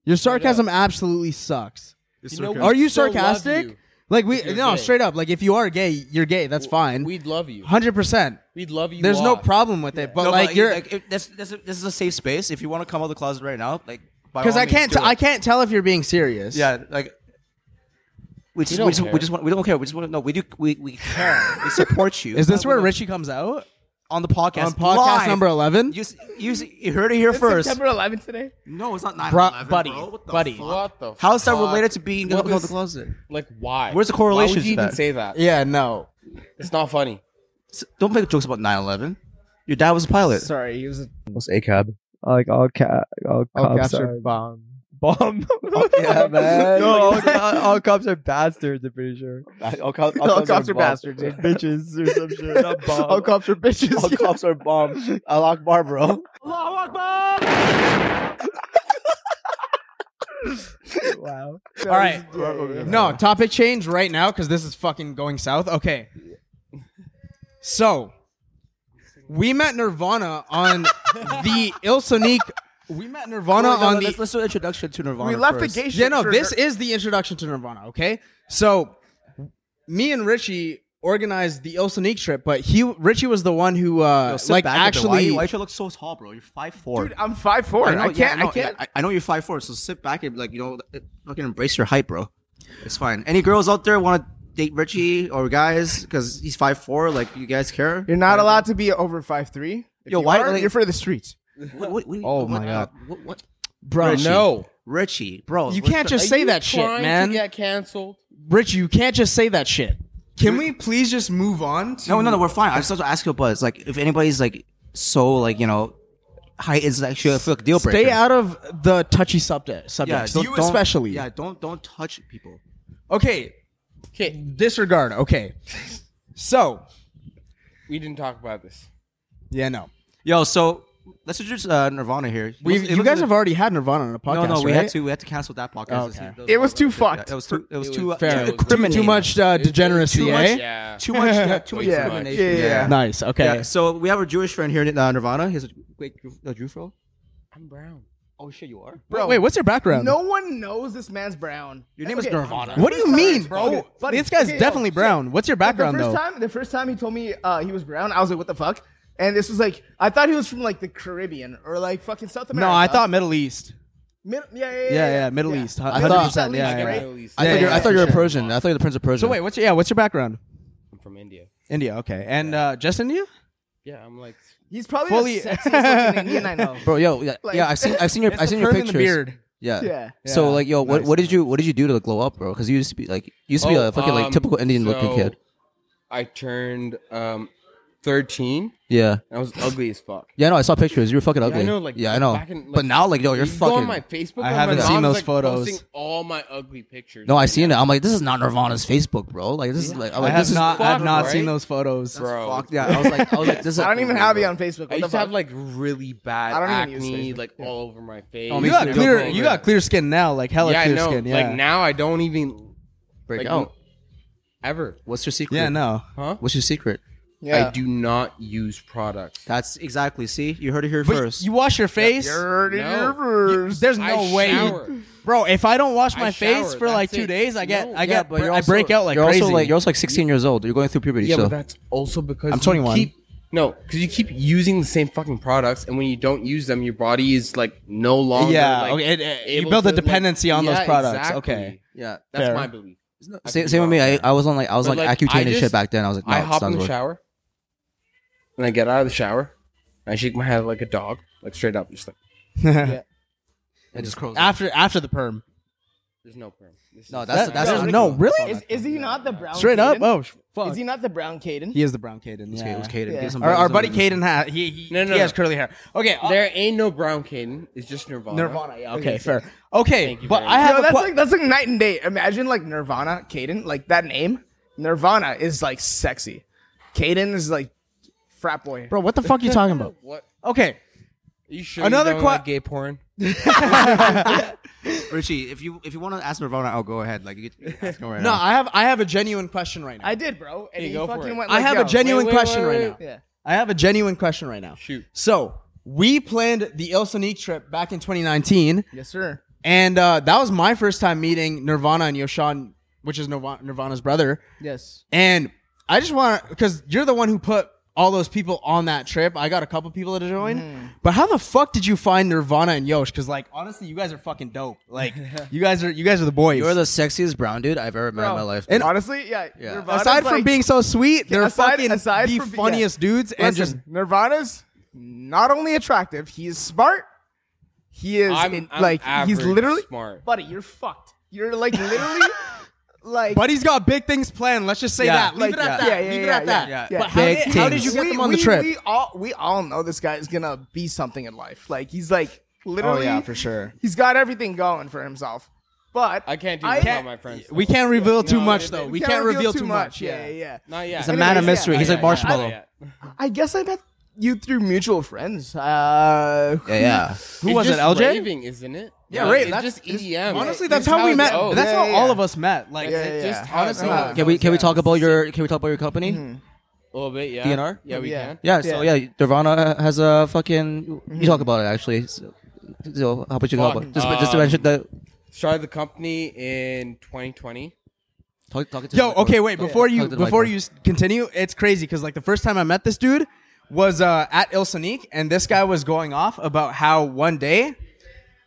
[SPEAKER 1] Your sarcasm absolutely sucks.
[SPEAKER 3] You know,
[SPEAKER 1] Are you
[SPEAKER 3] we'd still love
[SPEAKER 1] sarcastic?
[SPEAKER 3] you.
[SPEAKER 1] Like we
[SPEAKER 3] you're
[SPEAKER 1] no
[SPEAKER 3] gay.
[SPEAKER 1] straight up. Like if you are gay, you're gay. That's fine.
[SPEAKER 3] We'd love you.
[SPEAKER 1] Hundred percent.
[SPEAKER 3] We'd love you.
[SPEAKER 1] There's no
[SPEAKER 3] off.
[SPEAKER 1] problem with it. But
[SPEAKER 4] No,
[SPEAKER 1] like you're
[SPEAKER 4] like, if, this, this, this is a safe space. If you want to come out of the closet right now, like
[SPEAKER 1] because I can't.
[SPEAKER 4] I
[SPEAKER 1] T- I can't tell if you're being serious.
[SPEAKER 4] Yeah, like we just
[SPEAKER 3] don't
[SPEAKER 4] we just,
[SPEAKER 3] care.
[SPEAKER 4] we just want we don't care. We just want to know we do we, we care. we support you.
[SPEAKER 1] Is this
[SPEAKER 4] But
[SPEAKER 1] where
[SPEAKER 4] we don't-
[SPEAKER 1] Richie comes out
[SPEAKER 4] on the podcast
[SPEAKER 1] on podcast
[SPEAKER 4] live.
[SPEAKER 1] number eleven?
[SPEAKER 4] You s- you, s- you heard it here
[SPEAKER 2] It's
[SPEAKER 4] first.
[SPEAKER 2] September 11th today.
[SPEAKER 4] No, it's not nine
[SPEAKER 1] Bro-
[SPEAKER 4] eleven,
[SPEAKER 1] buddy,
[SPEAKER 4] bro. What the
[SPEAKER 1] buddy.
[SPEAKER 4] fuck?
[SPEAKER 3] What the?
[SPEAKER 4] How is that
[SPEAKER 3] fuck?
[SPEAKER 4] related to being
[SPEAKER 3] What
[SPEAKER 4] out of
[SPEAKER 3] is-
[SPEAKER 4] the closet?
[SPEAKER 3] Like why?
[SPEAKER 4] Where's the correlation
[SPEAKER 3] Why would
[SPEAKER 4] to
[SPEAKER 3] you even
[SPEAKER 4] that?
[SPEAKER 3] say that?
[SPEAKER 1] yeah. No.
[SPEAKER 3] It's not funny.
[SPEAKER 4] S- Don't make jokes about 9-11. Your dad was a pilot.
[SPEAKER 2] Sorry, he was a
[SPEAKER 6] was a cab. Like all cat, all cops are
[SPEAKER 2] bomb.
[SPEAKER 6] bomb. (laughs)
[SPEAKER 4] Yeah, man.
[SPEAKER 6] no, all, all, all cops are bastards. I'm pretty sure. (laughs)
[SPEAKER 4] all, cops,
[SPEAKER 2] All cops are bastards.
[SPEAKER 6] They're bitches or some shit. Not bomb.
[SPEAKER 2] All cops are bitches.
[SPEAKER 4] All cops are bombs. Al
[SPEAKER 6] (laughs)
[SPEAKER 4] Akbar, bro.
[SPEAKER 6] wow.
[SPEAKER 2] All
[SPEAKER 1] right.
[SPEAKER 2] No.
[SPEAKER 1] No, topic change right now because this is fucking going south. Okay. So, we met Nirvana on the Il Sonique. We met Nirvana
[SPEAKER 4] Oh, No, no,
[SPEAKER 1] on
[SPEAKER 4] let's,
[SPEAKER 1] the.
[SPEAKER 4] let's do an introduction to Nirvana.
[SPEAKER 2] We left the
[SPEAKER 4] first.
[SPEAKER 2] gay shit.
[SPEAKER 1] Yeah, no,
[SPEAKER 2] for-
[SPEAKER 1] this is the introduction to Nirvana, okay? So, me and Richie organized the Il Sonique trip, but he Richie was the one who, uh,
[SPEAKER 4] Yo, sit
[SPEAKER 1] like,
[SPEAKER 4] back a bit. Why,
[SPEAKER 1] actually.
[SPEAKER 4] why you look so tall, bro? You're five four.
[SPEAKER 2] Dude, I'm five four. I, can't.
[SPEAKER 4] yeah,
[SPEAKER 2] I
[SPEAKER 4] know,
[SPEAKER 2] can't.
[SPEAKER 4] yeah, I, I know you're five four. So sit back and like you know, uh, fucking embrace your height, bro. It's fine. Any girls out there want to date Richie or guys because he's five four? Like you guys care?
[SPEAKER 2] You're not allowed to be over five three.
[SPEAKER 4] Yo, why- like-
[SPEAKER 2] you're for the streets?
[SPEAKER 4] What, what, what,
[SPEAKER 2] Oh
[SPEAKER 4] what-
[SPEAKER 2] my God.
[SPEAKER 4] What, what,
[SPEAKER 1] bro,
[SPEAKER 4] Richie.
[SPEAKER 3] No.
[SPEAKER 4] Richie, bro?
[SPEAKER 1] You
[SPEAKER 4] we're
[SPEAKER 1] can't
[SPEAKER 4] try-
[SPEAKER 1] just
[SPEAKER 3] Are
[SPEAKER 1] say
[SPEAKER 3] you
[SPEAKER 1] that shit,
[SPEAKER 3] trying
[SPEAKER 1] man.
[SPEAKER 3] To get canceled.
[SPEAKER 1] Richie, you can't just say that shit. Can we please just move on to.
[SPEAKER 4] No, no, no. We're fine. I just want to ask you about it's like if anybody's like so like you know, height is actually a fuck deal breaker.
[SPEAKER 1] Stay out of the touchy subject.
[SPEAKER 4] Yeah,
[SPEAKER 1] subjects.
[SPEAKER 4] don't-
[SPEAKER 1] you
[SPEAKER 4] don't-
[SPEAKER 1] especially.
[SPEAKER 4] Yeah, don't don't touch people.
[SPEAKER 1] Okay.
[SPEAKER 3] Okay,
[SPEAKER 1] Disregard. Okay. So.
[SPEAKER 3] we didn't talk about this.
[SPEAKER 1] Yeah. No.
[SPEAKER 4] Yo, so let's introduce uh, Nirvana here. It
[SPEAKER 1] We.
[SPEAKER 4] was- it
[SPEAKER 1] You
[SPEAKER 4] was
[SPEAKER 1] guys
[SPEAKER 4] in the-
[SPEAKER 1] have already had Nirvana on a podcast.
[SPEAKER 4] no, no, we
[SPEAKER 1] right?
[SPEAKER 4] had to we had to cancel that podcast.
[SPEAKER 1] Okay.
[SPEAKER 2] It was too fucked.
[SPEAKER 4] It was too. It was
[SPEAKER 3] It
[SPEAKER 4] too
[SPEAKER 3] was
[SPEAKER 4] uh,
[SPEAKER 3] fair.
[SPEAKER 4] too
[SPEAKER 3] Too- too
[SPEAKER 1] Too
[SPEAKER 4] incriminating.
[SPEAKER 1] much uh, degeneracy,
[SPEAKER 4] too
[SPEAKER 1] eh?
[SPEAKER 4] much-
[SPEAKER 3] Yeah.
[SPEAKER 4] Too much. Yeah, too much
[SPEAKER 2] Yeah.
[SPEAKER 4] discrimination.
[SPEAKER 2] Yeah, yeah, yeah.
[SPEAKER 1] Nice. Okay.
[SPEAKER 4] Yeah, So we have a Jewish friend here, uh, Nirvana. He's a wait, Jew- uh, Jew fro.
[SPEAKER 3] I'm brown.
[SPEAKER 4] Oh shit, you are.
[SPEAKER 2] Bro,
[SPEAKER 1] Wait. What's your background?
[SPEAKER 2] No one knows this man's brown.
[SPEAKER 4] Your name is
[SPEAKER 2] Okay.
[SPEAKER 4] Nirvana.
[SPEAKER 1] What do you
[SPEAKER 2] Sorry,
[SPEAKER 1] mean,
[SPEAKER 2] buddy,
[SPEAKER 1] bro?
[SPEAKER 2] buddy.
[SPEAKER 1] this guy's
[SPEAKER 2] Okay, yo,
[SPEAKER 1] definitely
[SPEAKER 2] shit.
[SPEAKER 1] brown. What's your background
[SPEAKER 2] the first
[SPEAKER 1] though?
[SPEAKER 2] Time, the first time he told me uh, he was brown, I was like, "What the fuck?" And this was like, I thought he was from like the Caribbean or like fucking South America.
[SPEAKER 1] no, I thought Middle East.
[SPEAKER 2] Mid- yeah, yeah, yeah,
[SPEAKER 1] Yeah, yeah, Middle East. I
[SPEAKER 2] Middle
[SPEAKER 1] thought-
[SPEAKER 2] East
[SPEAKER 1] yeah,
[SPEAKER 2] at least,
[SPEAKER 1] yeah,
[SPEAKER 2] right?
[SPEAKER 1] yeah.
[SPEAKER 3] Least.
[SPEAKER 1] I thought you were- I thought you were
[SPEAKER 4] Persian. I thought you were the Prince of Persia.
[SPEAKER 1] So wait, what's your yeah? What's your background?
[SPEAKER 3] I'm from India.
[SPEAKER 1] India. Okay. And uh, just India?
[SPEAKER 3] Yeah, I'm like.
[SPEAKER 2] He's probably
[SPEAKER 1] Fully-
[SPEAKER 2] the sexiest looking Indian
[SPEAKER 1] (laughs)
[SPEAKER 2] I know.
[SPEAKER 4] bro, yo, yeah,
[SPEAKER 2] Like-
[SPEAKER 4] yeah. I've seen, I've seen your, I've seen your
[SPEAKER 1] Curve in
[SPEAKER 4] pictures.
[SPEAKER 1] the beard.
[SPEAKER 4] Yeah.
[SPEAKER 2] Yeah.
[SPEAKER 4] So
[SPEAKER 1] Yeah.
[SPEAKER 4] like, yo, what, what did you, what did you do to glow up, bro? Because you used to be like, you used to be
[SPEAKER 3] Oh,
[SPEAKER 4] a fucking like
[SPEAKER 3] um,
[SPEAKER 4] typical Indian looking
[SPEAKER 3] so
[SPEAKER 4] kid.
[SPEAKER 3] I turned um, 13.
[SPEAKER 4] Yeah.
[SPEAKER 3] I was ugly as fuck.
[SPEAKER 4] Yeah, no, I saw pictures. You were fucking ugly.
[SPEAKER 3] I know, like,
[SPEAKER 4] yeah, I know.
[SPEAKER 3] back in, like-
[SPEAKER 4] but now, like, yo, you're
[SPEAKER 3] You can Go
[SPEAKER 4] fucking.
[SPEAKER 3] on my Facebook.
[SPEAKER 1] I
[SPEAKER 3] and
[SPEAKER 1] haven't
[SPEAKER 3] my
[SPEAKER 1] seen
[SPEAKER 3] mom's,
[SPEAKER 1] those
[SPEAKER 3] like,
[SPEAKER 1] photos.
[SPEAKER 3] Posting all my ugly pictures.
[SPEAKER 4] no, I seen it. I'm like, this is not Nirvana's Facebook, bro. Like, this is like, I'm
[SPEAKER 1] I
[SPEAKER 4] like,
[SPEAKER 1] have
[SPEAKER 4] this is
[SPEAKER 1] not. I have
[SPEAKER 3] fucked,
[SPEAKER 1] not seen
[SPEAKER 3] right?
[SPEAKER 1] those photos.
[SPEAKER 3] bro.
[SPEAKER 4] fucked. Yeah, I was like, I was like,
[SPEAKER 3] (laughs)
[SPEAKER 4] this is.
[SPEAKER 2] I don't even have you on Facebook. What
[SPEAKER 3] I
[SPEAKER 2] the
[SPEAKER 3] used to have
[SPEAKER 2] fuck?
[SPEAKER 3] like really bad
[SPEAKER 2] I don't even use
[SPEAKER 3] acne,
[SPEAKER 2] Facebook,
[SPEAKER 3] like all over my face.
[SPEAKER 4] Oh,
[SPEAKER 1] You got clear. You got clear skin now, like hella
[SPEAKER 3] yeah, I
[SPEAKER 1] clear
[SPEAKER 3] know.
[SPEAKER 1] skin. Yeah.
[SPEAKER 3] Like now, I don't even
[SPEAKER 4] Break
[SPEAKER 3] like
[SPEAKER 4] out.
[SPEAKER 3] ever.
[SPEAKER 4] What's your secret?
[SPEAKER 1] Yeah, no.
[SPEAKER 3] Huh?
[SPEAKER 4] What's your secret?
[SPEAKER 2] Yeah.
[SPEAKER 3] I do not use products.
[SPEAKER 4] That's exactly. See, you heard it here
[SPEAKER 1] But
[SPEAKER 4] first.
[SPEAKER 1] you wash your face,
[SPEAKER 2] You're
[SPEAKER 3] No.
[SPEAKER 2] in reverse.
[SPEAKER 1] there's no
[SPEAKER 3] I
[SPEAKER 1] way,
[SPEAKER 3] shower.
[SPEAKER 1] bro. If I don't wash
[SPEAKER 3] I
[SPEAKER 1] my face
[SPEAKER 3] shower,
[SPEAKER 1] for like
[SPEAKER 3] that's
[SPEAKER 1] two
[SPEAKER 3] it.
[SPEAKER 1] days, I get,
[SPEAKER 3] No,
[SPEAKER 1] I
[SPEAKER 4] Yeah,
[SPEAKER 1] get,
[SPEAKER 4] but you're
[SPEAKER 1] I
[SPEAKER 4] also-
[SPEAKER 1] break out like
[SPEAKER 4] you're
[SPEAKER 1] crazy.
[SPEAKER 4] Also like, you're also like 16 years old. You're going through puberty.
[SPEAKER 3] Yeah,
[SPEAKER 4] so.
[SPEAKER 3] but that's also because
[SPEAKER 1] I'm
[SPEAKER 3] you
[SPEAKER 1] 21.
[SPEAKER 3] Keep, no, because you keep using the same fucking products, and when you don't use them, your body is like no longer.
[SPEAKER 1] Yeah,
[SPEAKER 3] like,
[SPEAKER 1] okay, it- it- you
[SPEAKER 3] able
[SPEAKER 1] build a
[SPEAKER 3] to, like-
[SPEAKER 1] dependency on those
[SPEAKER 3] Yeah,
[SPEAKER 1] products,
[SPEAKER 3] exactly.
[SPEAKER 1] okay.
[SPEAKER 4] yeah.
[SPEAKER 3] that's
[SPEAKER 1] Fair.
[SPEAKER 3] my belief. I
[SPEAKER 4] Same,
[SPEAKER 3] could
[SPEAKER 4] same
[SPEAKER 3] be
[SPEAKER 4] with me.
[SPEAKER 3] wrong
[SPEAKER 4] I,
[SPEAKER 3] there.
[SPEAKER 4] I was on like I was
[SPEAKER 3] But,
[SPEAKER 4] like,
[SPEAKER 3] like, I
[SPEAKER 4] Accutane and
[SPEAKER 3] just-
[SPEAKER 4] shit back then. I was like, no,
[SPEAKER 3] I
[SPEAKER 4] it's
[SPEAKER 3] hop
[SPEAKER 4] not
[SPEAKER 3] in the
[SPEAKER 4] worth it.
[SPEAKER 3] shower, and I get out of the shower, and I shake my head like a dog, like straight up, just like
[SPEAKER 1] (laughs)
[SPEAKER 4] It just curls. up.
[SPEAKER 1] after after the perm,
[SPEAKER 3] there's no problem. This
[SPEAKER 4] No,
[SPEAKER 3] is-
[SPEAKER 4] that's
[SPEAKER 1] That-
[SPEAKER 4] that's
[SPEAKER 2] there's
[SPEAKER 4] not
[SPEAKER 1] no-
[SPEAKER 4] cool.
[SPEAKER 1] really?
[SPEAKER 4] That's
[SPEAKER 2] Is,
[SPEAKER 4] not
[SPEAKER 2] is
[SPEAKER 4] cool.
[SPEAKER 2] he not the brown?
[SPEAKER 1] straight up.
[SPEAKER 2] Caden?
[SPEAKER 1] Oh, sh- fuck.
[SPEAKER 2] Is he not the brown Caden?
[SPEAKER 1] He is the brown Caden.
[SPEAKER 4] It's
[SPEAKER 1] yeah.
[SPEAKER 4] Caden. It's Caden.
[SPEAKER 2] Yeah.
[SPEAKER 4] Get some
[SPEAKER 1] Our, our buddy
[SPEAKER 4] brothers over here.
[SPEAKER 1] Caden has he he,
[SPEAKER 3] No, no,
[SPEAKER 1] he
[SPEAKER 3] no.
[SPEAKER 1] has curly hair. Okay, uh,
[SPEAKER 3] there ain't no brown Caden. It's just Nirvana.
[SPEAKER 1] Nirvana. yeah, Okay, fair. Okay,
[SPEAKER 3] Thank you
[SPEAKER 1] but
[SPEAKER 3] very
[SPEAKER 1] I
[SPEAKER 2] Yo,
[SPEAKER 1] have a
[SPEAKER 2] that's
[SPEAKER 1] que-
[SPEAKER 2] like that's like night and day. Imagine like Nirvana, Caden, like that name. Nirvana is like sexy. Caden is like frat boy.
[SPEAKER 1] bro. What the fuck are you talking about?
[SPEAKER 3] What?
[SPEAKER 1] Okay,
[SPEAKER 3] You sure
[SPEAKER 1] Another
[SPEAKER 3] Another
[SPEAKER 1] que-
[SPEAKER 3] gay porn?
[SPEAKER 4] Richie, if you if you want to ask Nirvana, I'll go ahead. Like you get ask (laughs) him right
[SPEAKER 1] no,
[SPEAKER 4] now.
[SPEAKER 1] I have I have a genuine question right now.
[SPEAKER 2] I did, bro. And
[SPEAKER 3] Hey,
[SPEAKER 2] he
[SPEAKER 3] go for
[SPEAKER 2] fucking
[SPEAKER 3] it.
[SPEAKER 2] went
[SPEAKER 1] I
[SPEAKER 2] like,
[SPEAKER 1] have
[SPEAKER 2] yo,
[SPEAKER 1] a genuine
[SPEAKER 3] wait,
[SPEAKER 1] question
[SPEAKER 3] wait,
[SPEAKER 1] right
[SPEAKER 3] wait.
[SPEAKER 1] now.
[SPEAKER 2] Yeah.
[SPEAKER 1] I have a genuine question right now.
[SPEAKER 3] Shoot.
[SPEAKER 1] So we planned the El Sonique trip back in 2019,
[SPEAKER 2] Yes, sir.
[SPEAKER 1] and uh, that was my first time meeting Nirvana and Yoshan, which is Nirva- Nirvana's brother.
[SPEAKER 2] Yes.
[SPEAKER 1] And I just want to, because you're the one who put all those people on that trip. I got a couple people to join.
[SPEAKER 2] Mm-hmm.
[SPEAKER 1] But how the fuck did you find Nirvana and Yosh? Because like honestly, you guys are fucking dope. Like
[SPEAKER 2] (laughs)
[SPEAKER 1] you guys are you guys are the boys.
[SPEAKER 4] You're the sexiest brown dude I've ever met in my life.
[SPEAKER 2] And honestly, yeah.
[SPEAKER 4] Yeah.
[SPEAKER 2] Nirvana's
[SPEAKER 1] aside from
[SPEAKER 2] like-
[SPEAKER 1] being so sweet, they're
[SPEAKER 2] aside-
[SPEAKER 1] fucking
[SPEAKER 2] aside
[SPEAKER 1] the
[SPEAKER 2] from be- yeah.
[SPEAKER 1] funniest dudes and just
[SPEAKER 2] Listen, Nirvana's not only attractive, he is smart. He is
[SPEAKER 3] I'm,
[SPEAKER 2] in-
[SPEAKER 3] I'm
[SPEAKER 2] like
[SPEAKER 3] average
[SPEAKER 2] he's literally
[SPEAKER 3] smart.
[SPEAKER 2] buddy. You're fucked. You're like literally
[SPEAKER 1] (laughs)
[SPEAKER 2] like
[SPEAKER 1] Buddy's got big things planned. Let's just say
[SPEAKER 4] Yeah.
[SPEAKER 1] that. Leave
[SPEAKER 2] Like,
[SPEAKER 1] it at
[SPEAKER 2] yeah.
[SPEAKER 1] that.
[SPEAKER 2] Yeah,
[SPEAKER 1] Leave it
[SPEAKER 2] yeah,
[SPEAKER 1] at
[SPEAKER 2] yeah,
[SPEAKER 1] that.
[SPEAKER 4] yeah.
[SPEAKER 1] But
[SPEAKER 2] Yeah.
[SPEAKER 1] how
[SPEAKER 4] Big
[SPEAKER 1] did, how did
[SPEAKER 4] things.
[SPEAKER 1] you get
[SPEAKER 2] we,
[SPEAKER 1] them on the
[SPEAKER 2] we-
[SPEAKER 1] trip?
[SPEAKER 2] We all we all know this guy is gonna be something in life. Like he's like
[SPEAKER 1] oh
[SPEAKER 2] literally.
[SPEAKER 1] yeah, for sure.
[SPEAKER 2] He's got everything going for himself. But
[SPEAKER 3] I can't do
[SPEAKER 2] I-
[SPEAKER 3] that without my friends.
[SPEAKER 1] We can't reveal too
[SPEAKER 3] No,
[SPEAKER 1] much
[SPEAKER 3] it-
[SPEAKER 1] though.
[SPEAKER 3] it-
[SPEAKER 1] We can't reveal too much.
[SPEAKER 2] Yeah, yeah.
[SPEAKER 1] Yeah.
[SPEAKER 2] yeah.
[SPEAKER 3] Not yet.
[SPEAKER 4] He's a man of
[SPEAKER 2] Anyways,
[SPEAKER 4] mystery.
[SPEAKER 2] yeah.
[SPEAKER 4] He's
[SPEAKER 2] Yeah,
[SPEAKER 4] like
[SPEAKER 2] yeah, yeah.
[SPEAKER 4] marshmallow.
[SPEAKER 3] Not yet.
[SPEAKER 2] I guess I met you through mutual friends. Uh,
[SPEAKER 4] Yeah,
[SPEAKER 3] (laughs)
[SPEAKER 4] yeah.
[SPEAKER 1] Who
[SPEAKER 3] It's
[SPEAKER 1] was it?
[SPEAKER 3] just
[SPEAKER 1] LJ?
[SPEAKER 3] Raving, isn't it?
[SPEAKER 1] Yeah, right.
[SPEAKER 3] It's
[SPEAKER 1] That's-
[SPEAKER 3] just E EDM.
[SPEAKER 1] Honestly,
[SPEAKER 3] It's
[SPEAKER 1] that's how we
[SPEAKER 3] it
[SPEAKER 1] met.
[SPEAKER 3] goes.
[SPEAKER 1] That's
[SPEAKER 2] Oh, Yeah,
[SPEAKER 1] how
[SPEAKER 2] yeah,
[SPEAKER 1] all
[SPEAKER 2] yeah.
[SPEAKER 1] of us met. Like
[SPEAKER 2] Yeah,
[SPEAKER 1] it
[SPEAKER 2] yeah.
[SPEAKER 1] just how it
[SPEAKER 3] Honestly,
[SPEAKER 1] goes.
[SPEAKER 4] Can we can we talk about your can we talk about your company?
[SPEAKER 3] a little bit. Yeah.
[SPEAKER 4] DNR?
[SPEAKER 3] Yeah, we
[SPEAKER 2] Yeah.
[SPEAKER 3] can.
[SPEAKER 4] Yeah, so
[SPEAKER 2] Yeah.
[SPEAKER 4] yeah. Nirvana has a fucking. You talk about it actually. So, so how about you go
[SPEAKER 3] Fuck.
[SPEAKER 4] about just just to
[SPEAKER 3] Um,
[SPEAKER 4] mention that.
[SPEAKER 3] Started the company in 2020.
[SPEAKER 4] Talk, talk to
[SPEAKER 1] Yo,
[SPEAKER 4] the mic,
[SPEAKER 1] okay,
[SPEAKER 4] bro.
[SPEAKER 1] wait. Before
[SPEAKER 4] Talk
[SPEAKER 1] you
[SPEAKER 4] to the mic,
[SPEAKER 1] before
[SPEAKER 4] bro.
[SPEAKER 1] you s- continue, it's crazy because like the first time I met this dude was uh, at Il Sonique, and this guy was going off about how one day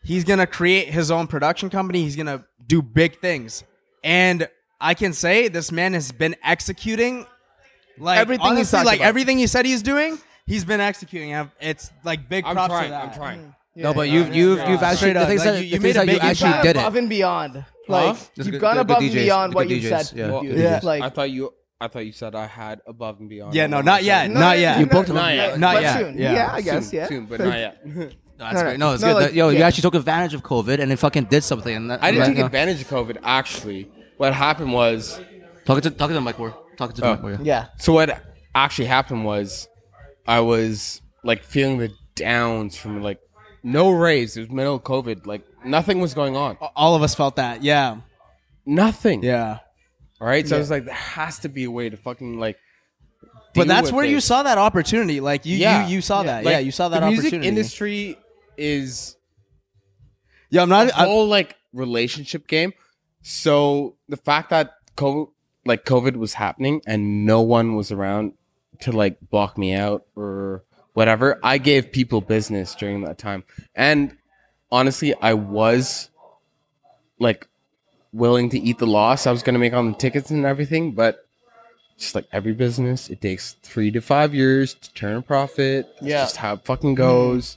[SPEAKER 1] he's gonna create his own production company. He's gonna do big things, and I can say this man has been executing like
[SPEAKER 2] Everything he's
[SPEAKER 1] honestly,
[SPEAKER 2] talked
[SPEAKER 1] like
[SPEAKER 2] about.
[SPEAKER 1] everything he said he's doing. He's been executing. I've- It's like big
[SPEAKER 3] I'm
[SPEAKER 1] props
[SPEAKER 3] trying.
[SPEAKER 1] to that.
[SPEAKER 3] I'm
[SPEAKER 2] Mm.
[SPEAKER 3] trying.
[SPEAKER 4] No, but
[SPEAKER 2] yeah.
[SPEAKER 4] you've you've
[SPEAKER 3] yeah.
[SPEAKER 4] you've actually
[SPEAKER 1] Straight
[SPEAKER 4] the
[SPEAKER 1] up,
[SPEAKER 4] things
[SPEAKER 1] like,
[SPEAKER 4] that
[SPEAKER 1] you-
[SPEAKER 4] the
[SPEAKER 1] you
[SPEAKER 4] things
[SPEAKER 1] made a
[SPEAKER 4] that you
[SPEAKER 1] big
[SPEAKER 4] actually
[SPEAKER 1] impact
[SPEAKER 4] did
[SPEAKER 2] above
[SPEAKER 4] it.
[SPEAKER 2] and beyond. Like
[SPEAKER 4] Those are
[SPEAKER 2] you've
[SPEAKER 4] good-
[SPEAKER 2] gone
[SPEAKER 4] they're good
[SPEAKER 2] above and
[SPEAKER 4] DJs,
[SPEAKER 2] beyond
[SPEAKER 4] they're
[SPEAKER 2] what
[SPEAKER 4] good
[SPEAKER 2] you
[SPEAKER 4] DJs,
[SPEAKER 2] said.
[SPEAKER 4] yeah.
[SPEAKER 3] Well,
[SPEAKER 2] You-
[SPEAKER 3] yeah.
[SPEAKER 2] Like
[SPEAKER 3] I thought you. I thought you said I had above and beyond.
[SPEAKER 1] Yeah, no, not yet.
[SPEAKER 2] No,
[SPEAKER 1] Not
[SPEAKER 2] no,
[SPEAKER 1] yet.
[SPEAKER 2] no,
[SPEAKER 4] You booked him.
[SPEAKER 3] Not yet.
[SPEAKER 1] Not
[SPEAKER 2] but
[SPEAKER 1] yet.
[SPEAKER 2] Soon.
[SPEAKER 1] Yeah.
[SPEAKER 2] Yeah. I guess.
[SPEAKER 3] Soon,
[SPEAKER 2] yeah.
[SPEAKER 3] soon, but not yet.
[SPEAKER 4] No, that's
[SPEAKER 2] No,
[SPEAKER 4] great. No, it's
[SPEAKER 2] no,
[SPEAKER 4] good.
[SPEAKER 2] like,
[SPEAKER 4] that, yo, you
[SPEAKER 2] yeah.
[SPEAKER 4] actually took advantage of COVID and it fucking did something. And that,
[SPEAKER 3] I didn't
[SPEAKER 4] like,
[SPEAKER 3] take
[SPEAKER 4] no.
[SPEAKER 3] advantage of COVID. Actually, what happened was.
[SPEAKER 4] Talk to talk to the mic, bro. Talk to the
[SPEAKER 3] Oh.
[SPEAKER 4] mic, bro. Yeah.
[SPEAKER 2] Yeah.
[SPEAKER 3] So what actually happened was, I was like feeling the downs from like no raise. It was middle of COVID. Like nothing was going on.
[SPEAKER 1] All of us felt that. Yeah.
[SPEAKER 3] Nothing.
[SPEAKER 1] Yeah.
[SPEAKER 3] All right. So I was like, there has to be a way to fucking like.
[SPEAKER 1] But
[SPEAKER 3] deal
[SPEAKER 1] that's
[SPEAKER 3] with
[SPEAKER 1] where you
[SPEAKER 3] this.
[SPEAKER 1] saw that opportunity. Like you,
[SPEAKER 3] Yeah.
[SPEAKER 1] you, you saw that.
[SPEAKER 3] Like,
[SPEAKER 1] yeah, you saw that
[SPEAKER 3] the music
[SPEAKER 1] opportunity.
[SPEAKER 3] industry is
[SPEAKER 1] Yeah, I'm not.
[SPEAKER 3] a
[SPEAKER 1] I,
[SPEAKER 3] whole like relationship game. So the fact that COVID, like COVID, was happening and no one was around to like block me out or whatever, I gave people business during that time. And honestly, I was like willing to eat the loss I was going to make on the tickets and everything, but. Just like every business, it takes three to five years to turn a profit. That's
[SPEAKER 2] Yeah.
[SPEAKER 3] just how it fucking goes.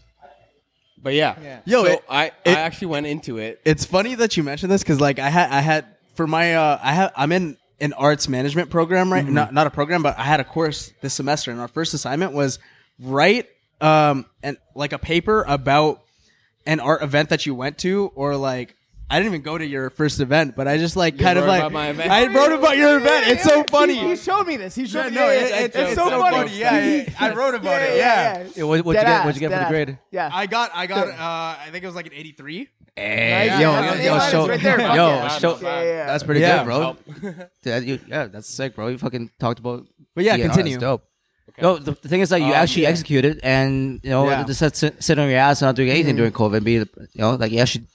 [SPEAKER 3] But yeah,
[SPEAKER 2] Yeah.
[SPEAKER 1] Yo,
[SPEAKER 3] So
[SPEAKER 1] it-
[SPEAKER 3] I, I
[SPEAKER 1] it-
[SPEAKER 3] actually went into it
[SPEAKER 1] it's funny that you mentioned this because, like, I had, I had for my, uh, I have, I'm in an arts management program, right? Not, not a program, but I had a course this semester, and our first assignment was write, um, and like a paper about an art event that you went to, or like. I didn't even go to your first event, but I just like kind of
[SPEAKER 3] wrote
[SPEAKER 1] like
[SPEAKER 3] about my event?
[SPEAKER 1] I wrote about your event. It's so funny.
[SPEAKER 2] He, he showed me this. He showed
[SPEAKER 1] Yeah,
[SPEAKER 2] me
[SPEAKER 1] no,
[SPEAKER 2] this.
[SPEAKER 1] it- it-
[SPEAKER 2] it's,
[SPEAKER 1] it's
[SPEAKER 2] so, funny.
[SPEAKER 1] Yeah, yeah, yeah. I wrote about it. Yeah.
[SPEAKER 4] Yeah, what- what'd you
[SPEAKER 2] Dead
[SPEAKER 4] get- what'd you
[SPEAKER 2] ass,
[SPEAKER 4] get for the
[SPEAKER 2] dead
[SPEAKER 4] grade?
[SPEAKER 2] ass. Yeah.
[SPEAKER 1] I got, I got, uh, I think it was like an 83.
[SPEAKER 2] Nice.
[SPEAKER 4] Eh, yo,
[SPEAKER 2] Yeah,
[SPEAKER 4] yo,
[SPEAKER 2] that's
[SPEAKER 4] yo,
[SPEAKER 2] it.
[SPEAKER 4] show-
[SPEAKER 2] Right there.
[SPEAKER 4] yo,
[SPEAKER 2] (laughs) Fuck yeah.
[SPEAKER 4] show-
[SPEAKER 2] Yeah, yeah.
[SPEAKER 4] That's pretty
[SPEAKER 1] Yeah.
[SPEAKER 4] (laughs) good, bro. Yeah, you, yeah, that's sick, bro. You fucking talked about.
[SPEAKER 1] But yeah,
[SPEAKER 4] DNR. It's
[SPEAKER 1] continue.
[SPEAKER 4] dope. No, the, the thing is that
[SPEAKER 2] Um,
[SPEAKER 4] you actually execute it, and you know,
[SPEAKER 1] Yeah.
[SPEAKER 4] just sit, sit on your ass and not doing anything
[SPEAKER 2] Mm-hmm.
[SPEAKER 4] during COVID. Be the- you know, like you actually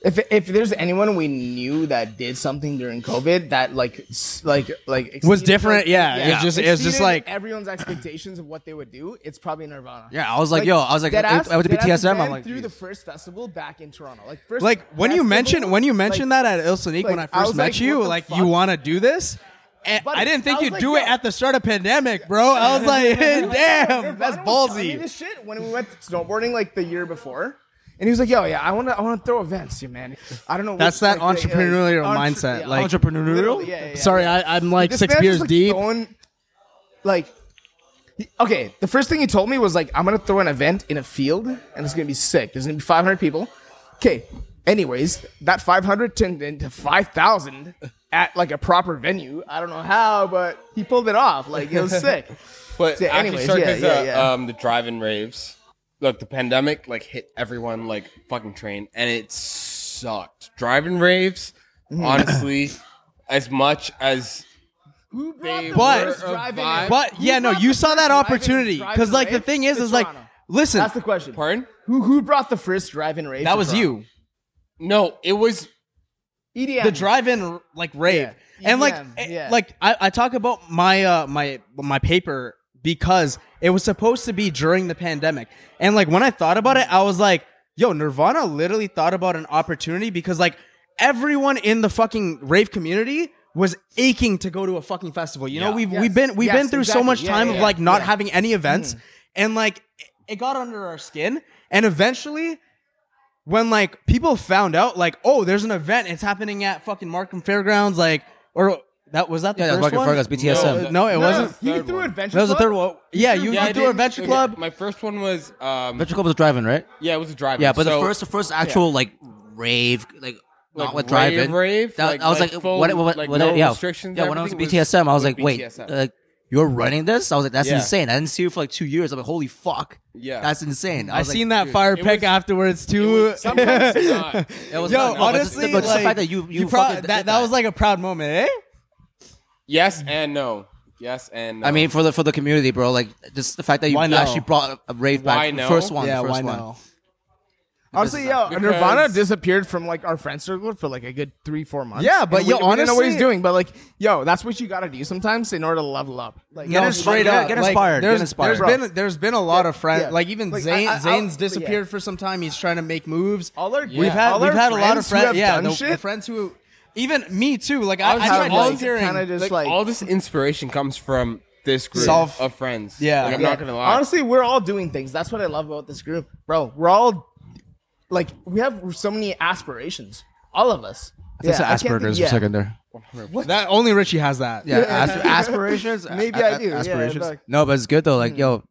[SPEAKER 2] If if there's anyone we knew that did something during COVID that like s- like like exceeded-
[SPEAKER 1] different, yeah, it was just- it was just
[SPEAKER 2] exceeded
[SPEAKER 1] like-
[SPEAKER 2] everyone's expectations of what they would do. It's probably Nirvana.
[SPEAKER 4] Yeah, I was like, yo, I was like,
[SPEAKER 2] dead
[SPEAKER 4] I-
[SPEAKER 2] ass-
[SPEAKER 4] I went to
[SPEAKER 2] dead ass
[SPEAKER 4] BTSM, I'm
[SPEAKER 2] ran
[SPEAKER 4] like,
[SPEAKER 2] through
[SPEAKER 4] dude.
[SPEAKER 2] the first festival back in Toronto, like first
[SPEAKER 1] Like when you
[SPEAKER 2] festival,
[SPEAKER 1] mentioned when you
[SPEAKER 2] like,
[SPEAKER 1] mentioned that at Il Sonique when I
[SPEAKER 2] like,
[SPEAKER 1] first
[SPEAKER 2] I was
[SPEAKER 1] met
[SPEAKER 2] like,
[SPEAKER 1] you,
[SPEAKER 2] what the
[SPEAKER 1] like
[SPEAKER 2] fuck?
[SPEAKER 1] you want to do this. And
[SPEAKER 2] Buddy,
[SPEAKER 1] I didn't think
[SPEAKER 2] I was
[SPEAKER 1] you'd
[SPEAKER 2] like,
[SPEAKER 1] do
[SPEAKER 2] yo.
[SPEAKER 1] it at the start of pandemic, bro. I was
[SPEAKER 2] (laughs)
[SPEAKER 1] like, (laughs) damn,
[SPEAKER 2] Nirvana
[SPEAKER 1] that's
[SPEAKER 2] was telling me
[SPEAKER 1] ballsy.
[SPEAKER 2] This shit when we went snowboarding like the year before, and he was like, "Yo, yeah, I want to, I want to throw events, you man. I don't know."
[SPEAKER 1] That's
[SPEAKER 2] which,
[SPEAKER 1] that
[SPEAKER 2] like, the-
[SPEAKER 1] entrepreneurial
[SPEAKER 2] entre-
[SPEAKER 1] mindset,
[SPEAKER 2] yeah,
[SPEAKER 1] like-
[SPEAKER 2] entrepreneurial. Literally, Yeah, yeah, yeah.
[SPEAKER 1] Sorry, I, I'm like
[SPEAKER 2] This
[SPEAKER 1] six
[SPEAKER 2] man's
[SPEAKER 1] beers
[SPEAKER 2] just, like,
[SPEAKER 1] deep.
[SPEAKER 2] throwing- like, he- okay, the first thing he told me was like, "I'm gonna throw an event in a field, and it's gonna be sick. There's gonna be 500 people." Okay. Anyways, that 500 turned into 5,000 at like a proper venue. I don't know how, but he pulled it off.
[SPEAKER 1] (laughs)
[SPEAKER 2] Like it was sick.
[SPEAKER 3] But
[SPEAKER 2] So,
[SPEAKER 3] actually,
[SPEAKER 2] anyways,
[SPEAKER 3] sorry,
[SPEAKER 2] yeah,
[SPEAKER 3] 'cause,
[SPEAKER 2] yeah,
[SPEAKER 3] uh,
[SPEAKER 2] yeah.
[SPEAKER 3] um, the drive-in raves, look, the pandemic like hit everyone like fucking train, and it sucked. Drive-in raves, honestly, as much as
[SPEAKER 2] Who brought
[SPEAKER 3] They
[SPEAKER 2] the
[SPEAKER 1] But-
[SPEAKER 2] worst drive-in
[SPEAKER 3] but-
[SPEAKER 2] in?
[SPEAKER 1] But
[SPEAKER 2] Who
[SPEAKER 1] yeah, no,
[SPEAKER 2] brought
[SPEAKER 1] you
[SPEAKER 2] the
[SPEAKER 1] saw
[SPEAKER 2] first
[SPEAKER 1] that
[SPEAKER 2] drive-in-
[SPEAKER 1] opportunity because
[SPEAKER 2] drive-in
[SPEAKER 1] like the
[SPEAKER 2] rave
[SPEAKER 1] thing is,
[SPEAKER 2] to
[SPEAKER 1] is like,
[SPEAKER 2] Toronto?
[SPEAKER 1] listen,
[SPEAKER 2] that's the question.
[SPEAKER 3] pardon,
[SPEAKER 2] Who who brought the first drive-in rave?
[SPEAKER 1] that
[SPEAKER 2] to
[SPEAKER 1] was
[SPEAKER 2] Toronto?
[SPEAKER 1] you.
[SPEAKER 3] no, it was
[SPEAKER 2] EDM.
[SPEAKER 1] the drive-in like rave
[SPEAKER 2] Yeah.
[SPEAKER 1] and like
[SPEAKER 2] EDM,
[SPEAKER 1] it-
[SPEAKER 2] yeah.
[SPEAKER 1] like I, I talk about my uh my my paper because it was supposed to be during the pandemic and like when i thought about it i was like yo nirvana literally thought about an opportunity because like everyone in the fucking rave community was aching to go to a fucking festival you know we've
[SPEAKER 2] Yes.
[SPEAKER 1] we've been we've
[SPEAKER 2] Yes,
[SPEAKER 1] been through so
[SPEAKER 2] exactly.
[SPEAKER 1] much
[SPEAKER 2] Yeah,
[SPEAKER 1] time
[SPEAKER 2] yeah,
[SPEAKER 1] of
[SPEAKER 2] yeah.
[SPEAKER 1] like not
[SPEAKER 2] Yeah. Mm.
[SPEAKER 1] having any events and like it- it got under our skin and eventually when like people found out like oh there's an event it's happening at fucking Markham Fairgrounds like or that was that the
[SPEAKER 4] Yeah, that's
[SPEAKER 1] first
[SPEAKER 4] Markham
[SPEAKER 1] one?
[SPEAKER 4] Fairgrounds, BTSM.
[SPEAKER 1] No, no, it
[SPEAKER 2] No,
[SPEAKER 1] wasn't.
[SPEAKER 2] no, You
[SPEAKER 3] Third
[SPEAKER 2] threw
[SPEAKER 3] one.
[SPEAKER 2] adventure.
[SPEAKER 1] That was the
[SPEAKER 2] Club?
[SPEAKER 1] third one. Yeah, you,
[SPEAKER 3] Yeah,
[SPEAKER 1] you
[SPEAKER 3] I
[SPEAKER 1] do
[SPEAKER 3] did.
[SPEAKER 1] a venture
[SPEAKER 3] Yeah,
[SPEAKER 1] club.
[SPEAKER 3] My first one was um,
[SPEAKER 4] Venture Club was driving, right?
[SPEAKER 3] yeah, it was a drive-in.
[SPEAKER 4] Yeah, but
[SPEAKER 3] So,
[SPEAKER 4] the first, the first actual like rave, like,
[SPEAKER 3] like,
[SPEAKER 4] not what
[SPEAKER 3] rave,
[SPEAKER 4] driving.
[SPEAKER 3] rave,
[SPEAKER 4] That,
[SPEAKER 3] like-
[SPEAKER 4] I was
[SPEAKER 3] like
[SPEAKER 4] like,
[SPEAKER 3] full,
[SPEAKER 4] what, what,
[SPEAKER 3] like,
[SPEAKER 4] what,
[SPEAKER 3] no
[SPEAKER 4] yeah,
[SPEAKER 3] restrictions,
[SPEAKER 4] yeah. When I was at
[SPEAKER 3] everything was
[SPEAKER 4] BTSM, I was
[SPEAKER 3] with
[SPEAKER 4] like, wait,
[SPEAKER 3] BTSM.
[SPEAKER 4] like you're running this? I was like, that's
[SPEAKER 3] Yeah.
[SPEAKER 4] insane. I didn't see you for like two years. I'm like, holy fuck,
[SPEAKER 3] Yeah.
[SPEAKER 4] (laughs) that's insane. I
[SPEAKER 1] I
[SPEAKER 4] was like,
[SPEAKER 1] seen that fire
[SPEAKER 3] it
[SPEAKER 1] pick
[SPEAKER 3] was-
[SPEAKER 1] afterwards too. (laughs)
[SPEAKER 4] (laughs)
[SPEAKER 3] sometimes it's not.
[SPEAKER 4] It was
[SPEAKER 1] Yo,
[SPEAKER 4] nuts. No, but just-
[SPEAKER 1] honestly,
[SPEAKER 4] but just
[SPEAKER 1] like,
[SPEAKER 4] the fact that you you,
[SPEAKER 1] prob-
[SPEAKER 4] fucking did
[SPEAKER 1] that, that was like a proud moment, eh?
[SPEAKER 3] yes and no, yes and no.
[SPEAKER 4] I mean, for the for the community, bro. Like just the fact that you
[SPEAKER 1] Why no?
[SPEAKER 4] actually brought a rave back,
[SPEAKER 3] Why
[SPEAKER 4] the
[SPEAKER 3] no?
[SPEAKER 4] first one, the first
[SPEAKER 1] why
[SPEAKER 4] one.
[SPEAKER 1] no?
[SPEAKER 2] Honestly, yo,
[SPEAKER 3] Because-
[SPEAKER 2] Nirvana disappeared from like our friend circle for like a good three, four months.
[SPEAKER 1] Yeah, but,
[SPEAKER 2] And we,
[SPEAKER 1] yo,
[SPEAKER 2] we didn't know what he's
[SPEAKER 1] honestly-
[SPEAKER 2] doing. But like, yo, that's what you gotta do sometimes in order to level up. Like,
[SPEAKER 4] Get
[SPEAKER 2] yo,
[SPEAKER 1] No,
[SPEAKER 4] it straight
[SPEAKER 1] like,
[SPEAKER 4] up. Get inspired, get
[SPEAKER 1] There's,
[SPEAKER 4] inspired.
[SPEAKER 1] there's been there's been a lot of friends.
[SPEAKER 2] yeah.
[SPEAKER 1] Like even
[SPEAKER 2] Like,
[SPEAKER 1] Zane,
[SPEAKER 2] I- I-
[SPEAKER 1] Zane's
[SPEAKER 2] I'll-
[SPEAKER 1] disappeared for some time. He's trying to make moves.
[SPEAKER 2] all our
[SPEAKER 1] We've had
[SPEAKER 2] all
[SPEAKER 1] we've
[SPEAKER 2] our
[SPEAKER 1] had a lot of
[SPEAKER 2] friends who
[SPEAKER 1] friends.
[SPEAKER 2] have
[SPEAKER 1] Yeah,
[SPEAKER 2] done
[SPEAKER 1] the, the
[SPEAKER 2] shit
[SPEAKER 1] friends who, even me too. Like I,
[SPEAKER 3] I was
[SPEAKER 1] I tried
[SPEAKER 3] having, like,
[SPEAKER 1] volunteering.
[SPEAKER 2] kind of just
[SPEAKER 3] like,
[SPEAKER 2] like,
[SPEAKER 3] all this inspiration comes from this group
[SPEAKER 1] Solve-
[SPEAKER 3] of friends.
[SPEAKER 1] Yeah.
[SPEAKER 3] Like, I'm
[SPEAKER 2] Yeah.
[SPEAKER 3] not gonna lie.
[SPEAKER 2] Honestly, we're all doing things. That's what I love about this group, bro. We're all like we have so many aspirations. All of us.
[SPEAKER 4] That's
[SPEAKER 2] I can't
[SPEAKER 4] Asperger's
[SPEAKER 2] think- yeah.
[SPEAKER 4] for second there.
[SPEAKER 1] That only Richie has that.
[SPEAKER 4] Yeah, asp-
[SPEAKER 1] (laughs)
[SPEAKER 4] aspirations.
[SPEAKER 2] Maybe
[SPEAKER 4] I
[SPEAKER 2] I do, yeah,
[SPEAKER 4] aspirations.
[SPEAKER 2] like-
[SPEAKER 4] no, but it's good though. Like, yo,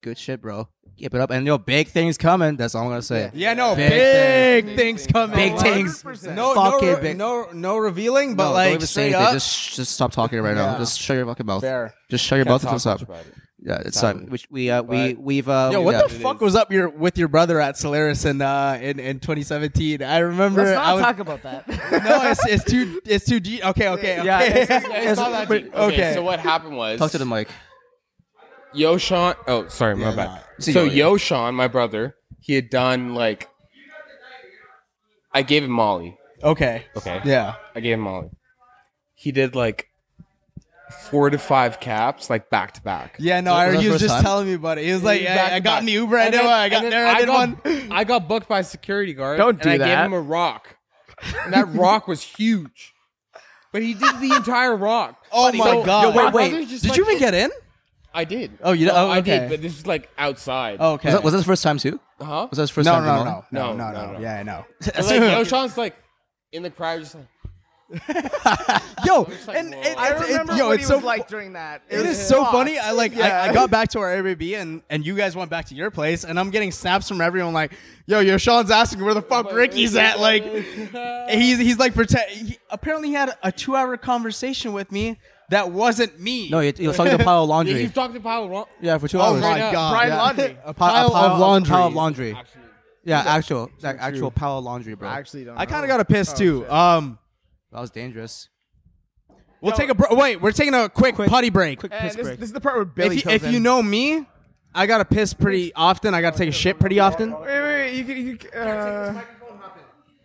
[SPEAKER 4] good shit, bro. Keep it up, and yo, big things coming. That's all I'm gonna say.
[SPEAKER 1] Yeah, no,
[SPEAKER 4] Big
[SPEAKER 1] big,
[SPEAKER 4] things.
[SPEAKER 1] things, coming.
[SPEAKER 4] Big
[SPEAKER 1] Like,
[SPEAKER 4] things.
[SPEAKER 1] No, no,
[SPEAKER 4] Fuck it,
[SPEAKER 1] re-
[SPEAKER 4] big-
[SPEAKER 1] no, no revealing, but
[SPEAKER 4] No,
[SPEAKER 1] like
[SPEAKER 4] don't even say
[SPEAKER 1] straight
[SPEAKER 4] anything.
[SPEAKER 1] up.
[SPEAKER 4] Just sh- just stop talking right now.
[SPEAKER 1] Yeah.
[SPEAKER 4] Just shut your fucking mouth.
[SPEAKER 1] Fair.
[SPEAKER 4] Just shut your
[SPEAKER 3] Can't
[SPEAKER 4] mouth
[SPEAKER 3] talk
[SPEAKER 4] and stop.
[SPEAKER 3] much about it.
[SPEAKER 4] Yeah, it's time. Which we uh, we we've uh,
[SPEAKER 1] Yo,
[SPEAKER 4] we've,
[SPEAKER 1] what
[SPEAKER 4] uh,
[SPEAKER 1] the fuck was up your with your brother at Solaris in uh in, in 2017? I remember.
[SPEAKER 2] Let's
[SPEAKER 1] I
[SPEAKER 2] not
[SPEAKER 1] was,
[SPEAKER 2] talk about that.
[SPEAKER 1] no, it's, it's too it's too deep. Okay, okay, okay.
[SPEAKER 3] Yeah, it's not that deep. okay.
[SPEAKER 1] okay.
[SPEAKER 3] So what happened was
[SPEAKER 4] Talk to the mic.
[SPEAKER 3] Yoshan. Oh, sorry, my bad. So Yoshan, my brother, he had done like I gave him Molly.
[SPEAKER 1] (laughs) okay,
[SPEAKER 3] Okay.
[SPEAKER 1] yeah.
[SPEAKER 3] I gave him Molly. He did like four to five caps, like back to back.
[SPEAKER 1] Yeah, no,
[SPEAKER 4] Was that
[SPEAKER 1] I, he
[SPEAKER 4] the
[SPEAKER 1] was
[SPEAKER 4] first
[SPEAKER 1] just
[SPEAKER 4] time?
[SPEAKER 1] telling me about it. He was like,
[SPEAKER 3] Back
[SPEAKER 1] I, I
[SPEAKER 3] to
[SPEAKER 1] got
[SPEAKER 3] back.
[SPEAKER 1] in the Uber, I
[SPEAKER 3] And
[SPEAKER 1] did
[SPEAKER 3] then-
[SPEAKER 1] one, I got
[SPEAKER 3] and then
[SPEAKER 1] there, I, did
[SPEAKER 3] got,
[SPEAKER 1] one.
[SPEAKER 3] (laughs) I got booked by a security guard.
[SPEAKER 2] Don't
[SPEAKER 3] and
[SPEAKER 2] do
[SPEAKER 3] I
[SPEAKER 2] that.
[SPEAKER 3] gave him a rock, and that rock was huge. But he did the entire rock.
[SPEAKER 1] (laughs) Oh
[SPEAKER 3] So-
[SPEAKER 1] my god!
[SPEAKER 3] Yo, wait, wait.
[SPEAKER 1] Did you even get in?
[SPEAKER 3] I did.
[SPEAKER 1] Oh, you did-
[SPEAKER 3] No,
[SPEAKER 1] oh,
[SPEAKER 3] I did,
[SPEAKER 1] okay.
[SPEAKER 3] but this is like outside.
[SPEAKER 1] Oh, okay.
[SPEAKER 4] Was that, was that the first time too?
[SPEAKER 3] huh?
[SPEAKER 4] Was that his first
[SPEAKER 1] no,
[SPEAKER 4] time?
[SPEAKER 1] no,
[SPEAKER 4] Jamal?
[SPEAKER 1] no, no, no, no,
[SPEAKER 3] no.
[SPEAKER 1] Yeah, I know. (laughs)
[SPEAKER 3] But, like, yo, Sean's like in the crowd, just like
[SPEAKER 1] yo,
[SPEAKER 3] like,
[SPEAKER 1] and,
[SPEAKER 3] whoa.
[SPEAKER 1] and
[SPEAKER 2] I
[SPEAKER 1] it's- it-
[SPEAKER 2] remember
[SPEAKER 1] yo,
[SPEAKER 2] what
[SPEAKER 1] it's
[SPEAKER 2] he
[SPEAKER 1] so
[SPEAKER 2] was like during that.
[SPEAKER 1] It
[SPEAKER 2] was
[SPEAKER 1] is so
[SPEAKER 2] fucked.
[SPEAKER 1] funny. I like
[SPEAKER 2] Yeah.
[SPEAKER 1] I, I got back to our Airbnb and and you guys went back to your place and I'm getting snaps from everyone like, yo, yo, Sean's asking where the fuck Ricky's at. Like he's he's like pretend. He, apparently he had a two hour conversation with me that wasn't me.
[SPEAKER 4] No, you, you were talking (laughs) to Pile
[SPEAKER 3] yeah,
[SPEAKER 4] Laundry.
[SPEAKER 3] you've talked to Paolo wrong.
[SPEAKER 4] Yeah, for two
[SPEAKER 1] oh
[SPEAKER 4] hours.
[SPEAKER 1] my
[SPEAKER 3] Right now.
[SPEAKER 1] god,
[SPEAKER 2] Brian
[SPEAKER 1] yeah.
[SPEAKER 2] Laundry.
[SPEAKER 1] a
[SPEAKER 4] Pile,
[SPEAKER 1] pile,
[SPEAKER 4] pile
[SPEAKER 1] of laundry.
[SPEAKER 4] Pile of laundry.
[SPEAKER 3] Actually,
[SPEAKER 4] Yeah, actual, like actual Pile Laundry, bro.
[SPEAKER 2] I actually don't.
[SPEAKER 1] I kind
[SPEAKER 2] know.
[SPEAKER 1] of got a piss too.
[SPEAKER 2] shit.
[SPEAKER 1] Um,
[SPEAKER 4] That was dangerous.
[SPEAKER 1] We'll take a bro- wait. We're taking a quick, putty break.
[SPEAKER 2] And this, this is the part where
[SPEAKER 1] if
[SPEAKER 2] Billy
[SPEAKER 1] you,
[SPEAKER 2] comes
[SPEAKER 1] if you
[SPEAKER 2] in.
[SPEAKER 1] know me, I gotta piss pretty often. I gotta take a shit pretty often.
[SPEAKER 2] Wait, wait, wait. You can. You can uh,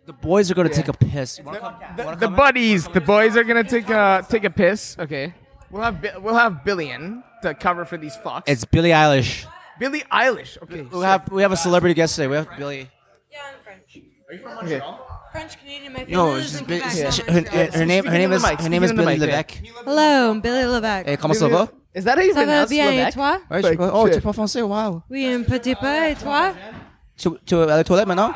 [SPEAKER 4] The boys are gonna take a piss.
[SPEAKER 2] the, the buddies, the boys are gonna take a take a piss. Okay, we'll have Bi- we'll have Billy in to cover for these fucks.
[SPEAKER 4] It's Billie Eilish.
[SPEAKER 2] Billie Eilish. Okay,
[SPEAKER 4] We have we have a celebrity guest today. We have Billie.
[SPEAKER 7] Yeah, I'm French.
[SPEAKER 2] okay.
[SPEAKER 7] French Canadian. My
[SPEAKER 8] No, it's
[SPEAKER 7] family lives in
[SPEAKER 8] just
[SPEAKER 7] Quebec.
[SPEAKER 4] She-
[SPEAKER 7] Yeah.
[SPEAKER 4] her, her name
[SPEAKER 2] Speaking
[SPEAKER 4] her name
[SPEAKER 2] into
[SPEAKER 4] is
[SPEAKER 2] the mic,
[SPEAKER 4] her name is
[SPEAKER 2] speaking into
[SPEAKER 4] Billie
[SPEAKER 2] the mic,
[SPEAKER 4] Levesque. Eh,
[SPEAKER 7] Hello, I'm Billy Levac.
[SPEAKER 4] Hey, comment ça va?
[SPEAKER 2] Is that how you
[SPEAKER 7] Ça va
[SPEAKER 2] pronounce
[SPEAKER 7] bien et
[SPEAKER 2] Levesque?
[SPEAKER 7] toi?
[SPEAKER 4] Ouais, je sais
[SPEAKER 2] Like,
[SPEAKER 4] pas- Oh, tu
[SPEAKER 2] shit.
[SPEAKER 4] parles français? Wow.
[SPEAKER 7] Oui, un petit peu et toi?
[SPEAKER 4] Tu tu vas à la toilette maintenant?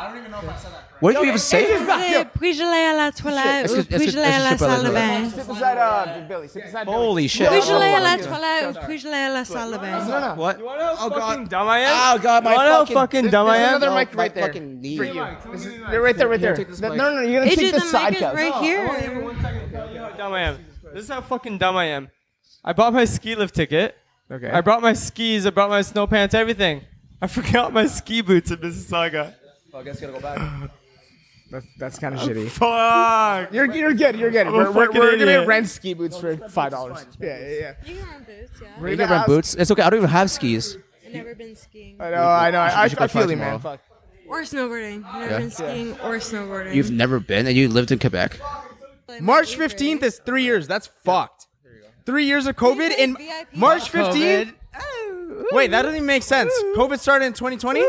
[SPEAKER 4] What did you even say?
[SPEAKER 7] Je dis, puis-je aller à la toilette
[SPEAKER 4] Est-ce
[SPEAKER 7] ou
[SPEAKER 4] que- est-ce que-
[SPEAKER 7] puis-je aller à
[SPEAKER 4] est-ce que
[SPEAKER 7] la
[SPEAKER 4] je peux aller
[SPEAKER 7] salle de
[SPEAKER 4] à
[SPEAKER 7] bain?
[SPEAKER 2] Sit beside uh, Billy. Sit beside Billy.
[SPEAKER 4] Holy shit.
[SPEAKER 7] Puis-je aller à la
[SPEAKER 2] Yeah.
[SPEAKER 7] toilette ou puis-je aller à la salle de bain?
[SPEAKER 2] No, no.
[SPEAKER 4] What?
[SPEAKER 2] Oh god.
[SPEAKER 9] Dumb I am.
[SPEAKER 4] Oh god, my
[SPEAKER 9] You wanna know
[SPEAKER 4] fucking,
[SPEAKER 9] how fucking dumb I
[SPEAKER 2] There's
[SPEAKER 9] am?
[SPEAKER 2] another
[SPEAKER 4] Oh,
[SPEAKER 2] mic
[SPEAKER 4] my
[SPEAKER 2] right there.
[SPEAKER 4] fucking knee.
[SPEAKER 2] For you. This is- They're right there, right there. No, no, no. You're gonna
[SPEAKER 7] Adrian,
[SPEAKER 2] take
[SPEAKER 7] the
[SPEAKER 2] the side
[SPEAKER 7] mic is
[SPEAKER 2] couch.
[SPEAKER 7] right here.
[SPEAKER 9] You know how dumb I am. This is how fucking dumb I am. I bought my ski lift ticket.
[SPEAKER 2] Okay.
[SPEAKER 9] I brought my skis. I brought my snow pants. Everything. I (laughs) forgot my ski boots in Mississauga.
[SPEAKER 2] That's, that's kind of shitty.
[SPEAKER 9] Fuck.
[SPEAKER 2] Oh, You're, you're good. You're good.
[SPEAKER 9] I'm a
[SPEAKER 2] We're, we're,
[SPEAKER 9] fucking
[SPEAKER 2] we're gonna
[SPEAKER 9] idiot.
[SPEAKER 2] rent ski boots for five dollars. Yeah, yeah, yeah.
[SPEAKER 7] You can wear boots, yeah.
[SPEAKER 2] We're
[SPEAKER 4] You
[SPEAKER 2] gonna
[SPEAKER 4] can rent
[SPEAKER 2] ask-
[SPEAKER 4] boots. It's okay. I don't even have skis.
[SPEAKER 7] I've never been skiing
[SPEAKER 2] I know. Oh, I know. I, I,
[SPEAKER 4] should go
[SPEAKER 2] I feel
[SPEAKER 4] try
[SPEAKER 2] you, man.
[SPEAKER 4] tomorrow.
[SPEAKER 2] Fuck.
[SPEAKER 7] or snowboarding. I've never been skiing or snowboarding.
[SPEAKER 4] You've never been and you lived in Quebec.
[SPEAKER 7] Like,
[SPEAKER 1] March
[SPEAKER 7] Uber.
[SPEAKER 1] fifteenth is three years. That's fucked. Three years of COVID
[SPEAKER 7] Even
[SPEAKER 1] and
[SPEAKER 7] VIP
[SPEAKER 1] March fifteenth. Wait, that doesn't even make sense. COVID started in 2020. (laughs)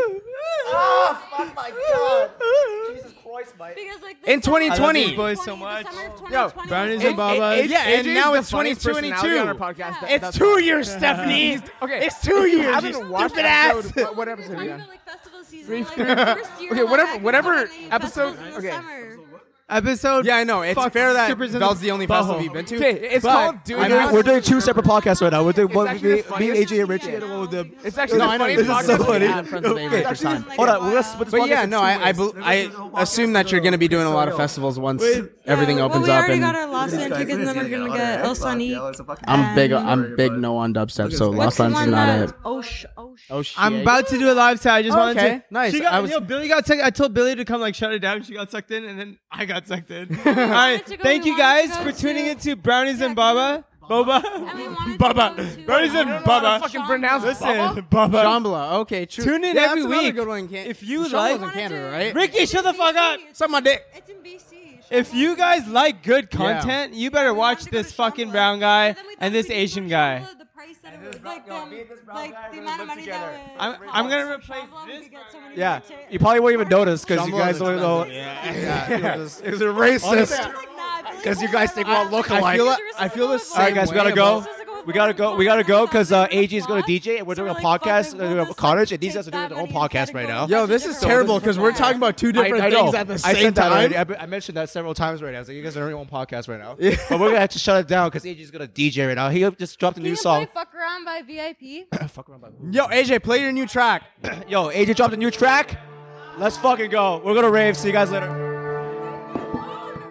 [SPEAKER 7] Because, like,
[SPEAKER 1] In
[SPEAKER 7] the summer of
[SPEAKER 1] 2020.
[SPEAKER 7] 2020,
[SPEAKER 9] Boys so much.
[SPEAKER 7] The summer of 2020
[SPEAKER 2] Yo,
[SPEAKER 7] was
[SPEAKER 9] brownies
[SPEAKER 7] the
[SPEAKER 9] and Bob- Bubba.
[SPEAKER 2] It- it-
[SPEAKER 1] Yeah, and
[SPEAKER 2] Adrian's
[SPEAKER 1] now
[SPEAKER 2] the
[SPEAKER 1] it's
[SPEAKER 2] funniest
[SPEAKER 1] 2022.
[SPEAKER 2] personality on our podcast. That-
[SPEAKER 1] It's
[SPEAKER 2] that's
[SPEAKER 1] two
[SPEAKER 2] why.
[SPEAKER 1] years, Stephanie.
[SPEAKER 2] Okay.
[SPEAKER 1] It's two years.
[SPEAKER 2] I
[SPEAKER 1] you
[SPEAKER 2] haven't watched
[SPEAKER 1] stupid
[SPEAKER 2] episode.
[SPEAKER 1] ass.
[SPEAKER 2] What, what
[SPEAKER 7] We're
[SPEAKER 2] episode are
[SPEAKER 7] talking
[SPEAKER 2] we on?
[SPEAKER 7] about, like, festival season, like, our first year,
[SPEAKER 2] Okay,
[SPEAKER 7] like,
[SPEAKER 2] whatever-
[SPEAKER 7] back in
[SPEAKER 2] whatever
[SPEAKER 7] Lebanon,
[SPEAKER 2] episode-
[SPEAKER 7] festivals in the
[SPEAKER 2] okay.
[SPEAKER 7] summer.
[SPEAKER 9] (laughs) Episode.
[SPEAKER 1] Yeah, I know. It's
[SPEAKER 9] Fuck
[SPEAKER 1] fair that
[SPEAKER 9] strippers in
[SPEAKER 1] Val's
[SPEAKER 9] the
[SPEAKER 1] the only
[SPEAKER 9] butthole.
[SPEAKER 1] festival you've been to.
[SPEAKER 2] Okay, it's
[SPEAKER 1] but
[SPEAKER 2] called Dude
[SPEAKER 1] I'm
[SPEAKER 2] Who
[SPEAKER 1] not-
[SPEAKER 2] We're
[SPEAKER 4] doing two separate podcasts right now. We're doing
[SPEAKER 2] one- actually the me- me, funniest.
[SPEAKER 4] AJ, and
[SPEAKER 7] Yeah, no, because-
[SPEAKER 2] It's actually
[SPEAKER 1] No,
[SPEAKER 2] the
[SPEAKER 1] I know,
[SPEAKER 2] funniest
[SPEAKER 1] this is
[SPEAKER 2] podcast
[SPEAKER 1] so
[SPEAKER 2] we've
[SPEAKER 1] funny.
[SPEAKER 2] had from today.
[SPEAKER 4] Okay.
[SPEAKER 2] It's actually-
[SPEAKER 7] Like,
[SPEAKER 4] Hold
[SPEAKER 7] a
[SPEAKER 4] on, we're gonna
[SPEAKER 7] while.
[SPEAKER 4] split this
[SPEAKER 1] But
[SPEAKER 4] podcast
[SPEAKER 1] yeah,
[SPEAKER 4] in
[SPEAKER 1] no,
[SPEAKER 4] two
[SPEAKER 1] I I,
[SPEAKER 4] ways.
[SPEAKER 1] bel- I assume that you're going to be doing a lot of festivals once everything
[SPEAKER 7] Yeah,
[SPEAKER 1] opens up,
[SPEAKER 7] well, we already
[SPEAKER 1] and
[SPEAKER 7] got our Lost Land tickets, and then we're gonna get El Sonique.
[SPEAKER 1] I'm big.
[SPEAKER 7] Um,
[SPEAKER 1] I'm big. No on dubstep, so Lost
[SPEAKER 7] What's the
[SPEAKER 1] Lands is
[SPEAKER 7] one
[SPEAKER 1] not
[SPEAKER 7] that?
[SPEAKER 1] it.
[SPEAKER 7] Oh, sh- oh, sh-
[SPEAKER 1] Oh shit!
[SPEAKER 9] I'm about to do a live so I just wanted
[SPEAKER 1] Okay,
[SPEAKER 9] to.
[SPEAKER 1] nice.
[SPEAKER 9] She got,
[SPEAKER 1] I was-
[SPEAKER 9] you know, Billy got sucked. I told Billy to come like shut it down. She got sucked in, and then I got sucked
[SPEAKER 1] (laughs)
[SPEAKER 9] in. All right,
[SPEAKER 7] to go-
[SPEAKER 9] thank
[SPEAKER 7] we
[SPEAKER 9] you
[SPEAKER 7] wanted to
[SPEAKER 9] guys
[SPEAKER 7] go
[SPEAKER 9] for
[SPEAKER 7] to-
[SPEAKER 9] tuning into Brownies and
[SPEAKER 7] Yeah,
[SPEAKER 9] Baba, Boba,
[SPEAKER 7] And we wanted to go to,
[SPEAKER 9] Baba, Brownies
[SPEAKER 7] um,
[SPEAKER 9] and
[SPEAKER 7] I don't know how to
[SPEAKER 9] Baba.
[SPEAKER 7] fucking
[SPEAKER 2] pronounce
[SPEAKER 9] Listen, (laughs) Baba.
[SPEAKER 1] Shambhala. Okay, true.
[SPEAKER 9] Tune in
[SPEAKER 1] Yeah,
[SPEAKER 9] every
[SPEAKER 1] that's another
[SPEAKER 9] week.
[SPEAKER 1] Good one. Can-
[SPEAKER 9] If you
[SPEAKER 1] Shambhala's
[SPEAKER 9] like-
[SPEAKER 1] in Canada,
[SPEAKER 7] Wanted to-
[SPEAKER 1] right?
[SPEAKER 9] Ricky, shut the fuck up.
[SPEAKER 1] Suck my dick.
[SPEAKER 7] It's in BC.
[SPEAKER 9] If you guys like good content, you better watch this fucking brown guy and this Asian guy.
[SPEAKER 7] The price that it was, like, them, like, the amount of money that
[SPEAKER 9] I'm-
[SPEAKER 7] would
[SPEAKER 9] I'm gonna
[SPEAKER 7] cost
[SPEAKER 9] replace
[SPEAKER 7] Shambhala, we
[SPEAKER 9] this
[SPEAKER 7] could get so many
[SPEAKER 4] Yeah,
[SPEAKER 7] tickets.
[SPEAKER 4] you probably won't even notice because you
[SPEAKER 1] Jumbo
[SPEAKER 4] guys
[SPEAKER 1] is
[SPEAKER 4] don't know.
[SPEAKER 1] expensive.
[SPEAKER 4] It was a racist.
[SPEAKER 7] I was like, nah, I believe
[SPEAKER 4] Because you
[SPEAKER 7] all
[SPEAKER 4] guys
[SPEAKER 7] of
[SPEAKER 4] think
[SPEAKER 7] them.
[SPEAKER 4] we're all look
[SPEAKER 1] I feel like
[SPEAKER 4] alike.
[SPEAKER 1] I feel the same.
[SPEAKER 4] All right, guys, we
[SPEAKER 1] way
[SPEAKER 4] gotta go.
[SPEAKER 1] about-
[SPEAKER 4] We gotta go. We gotta go because uh, AJ is gonna DJ and we're doing a podcast. We're doing a college, and these guys are doing their own podcast right now.
[SPEAKER 1] Yo, this is terrible because we're talking about two different things at the
[SPEAKER 4] I
[SPEAKER 1] same
[SPEAKER 4] said that
[SPEAKER 1] time.
[SPEAKER 4] already. I, I mentioned that several times right now. I was like, you guys are doing your own podcast right now. But we're gonna have to shut it down because AJ's gonna DJ right now. He just dropped a new
[SPEAKER 7] Can you
[SPEAKER 4] song.
[SPEAKER 7] play Fuck Around by VIP?
[SPEAKER 1] Yo, AJ,
[SPEAKER 4] (clears throat)
[SPEAKER 1] play your new track.
[SPEAKER 4] Yo, AJ dropped a new track. Let's fucking go. We're gonna rave. See you guys later.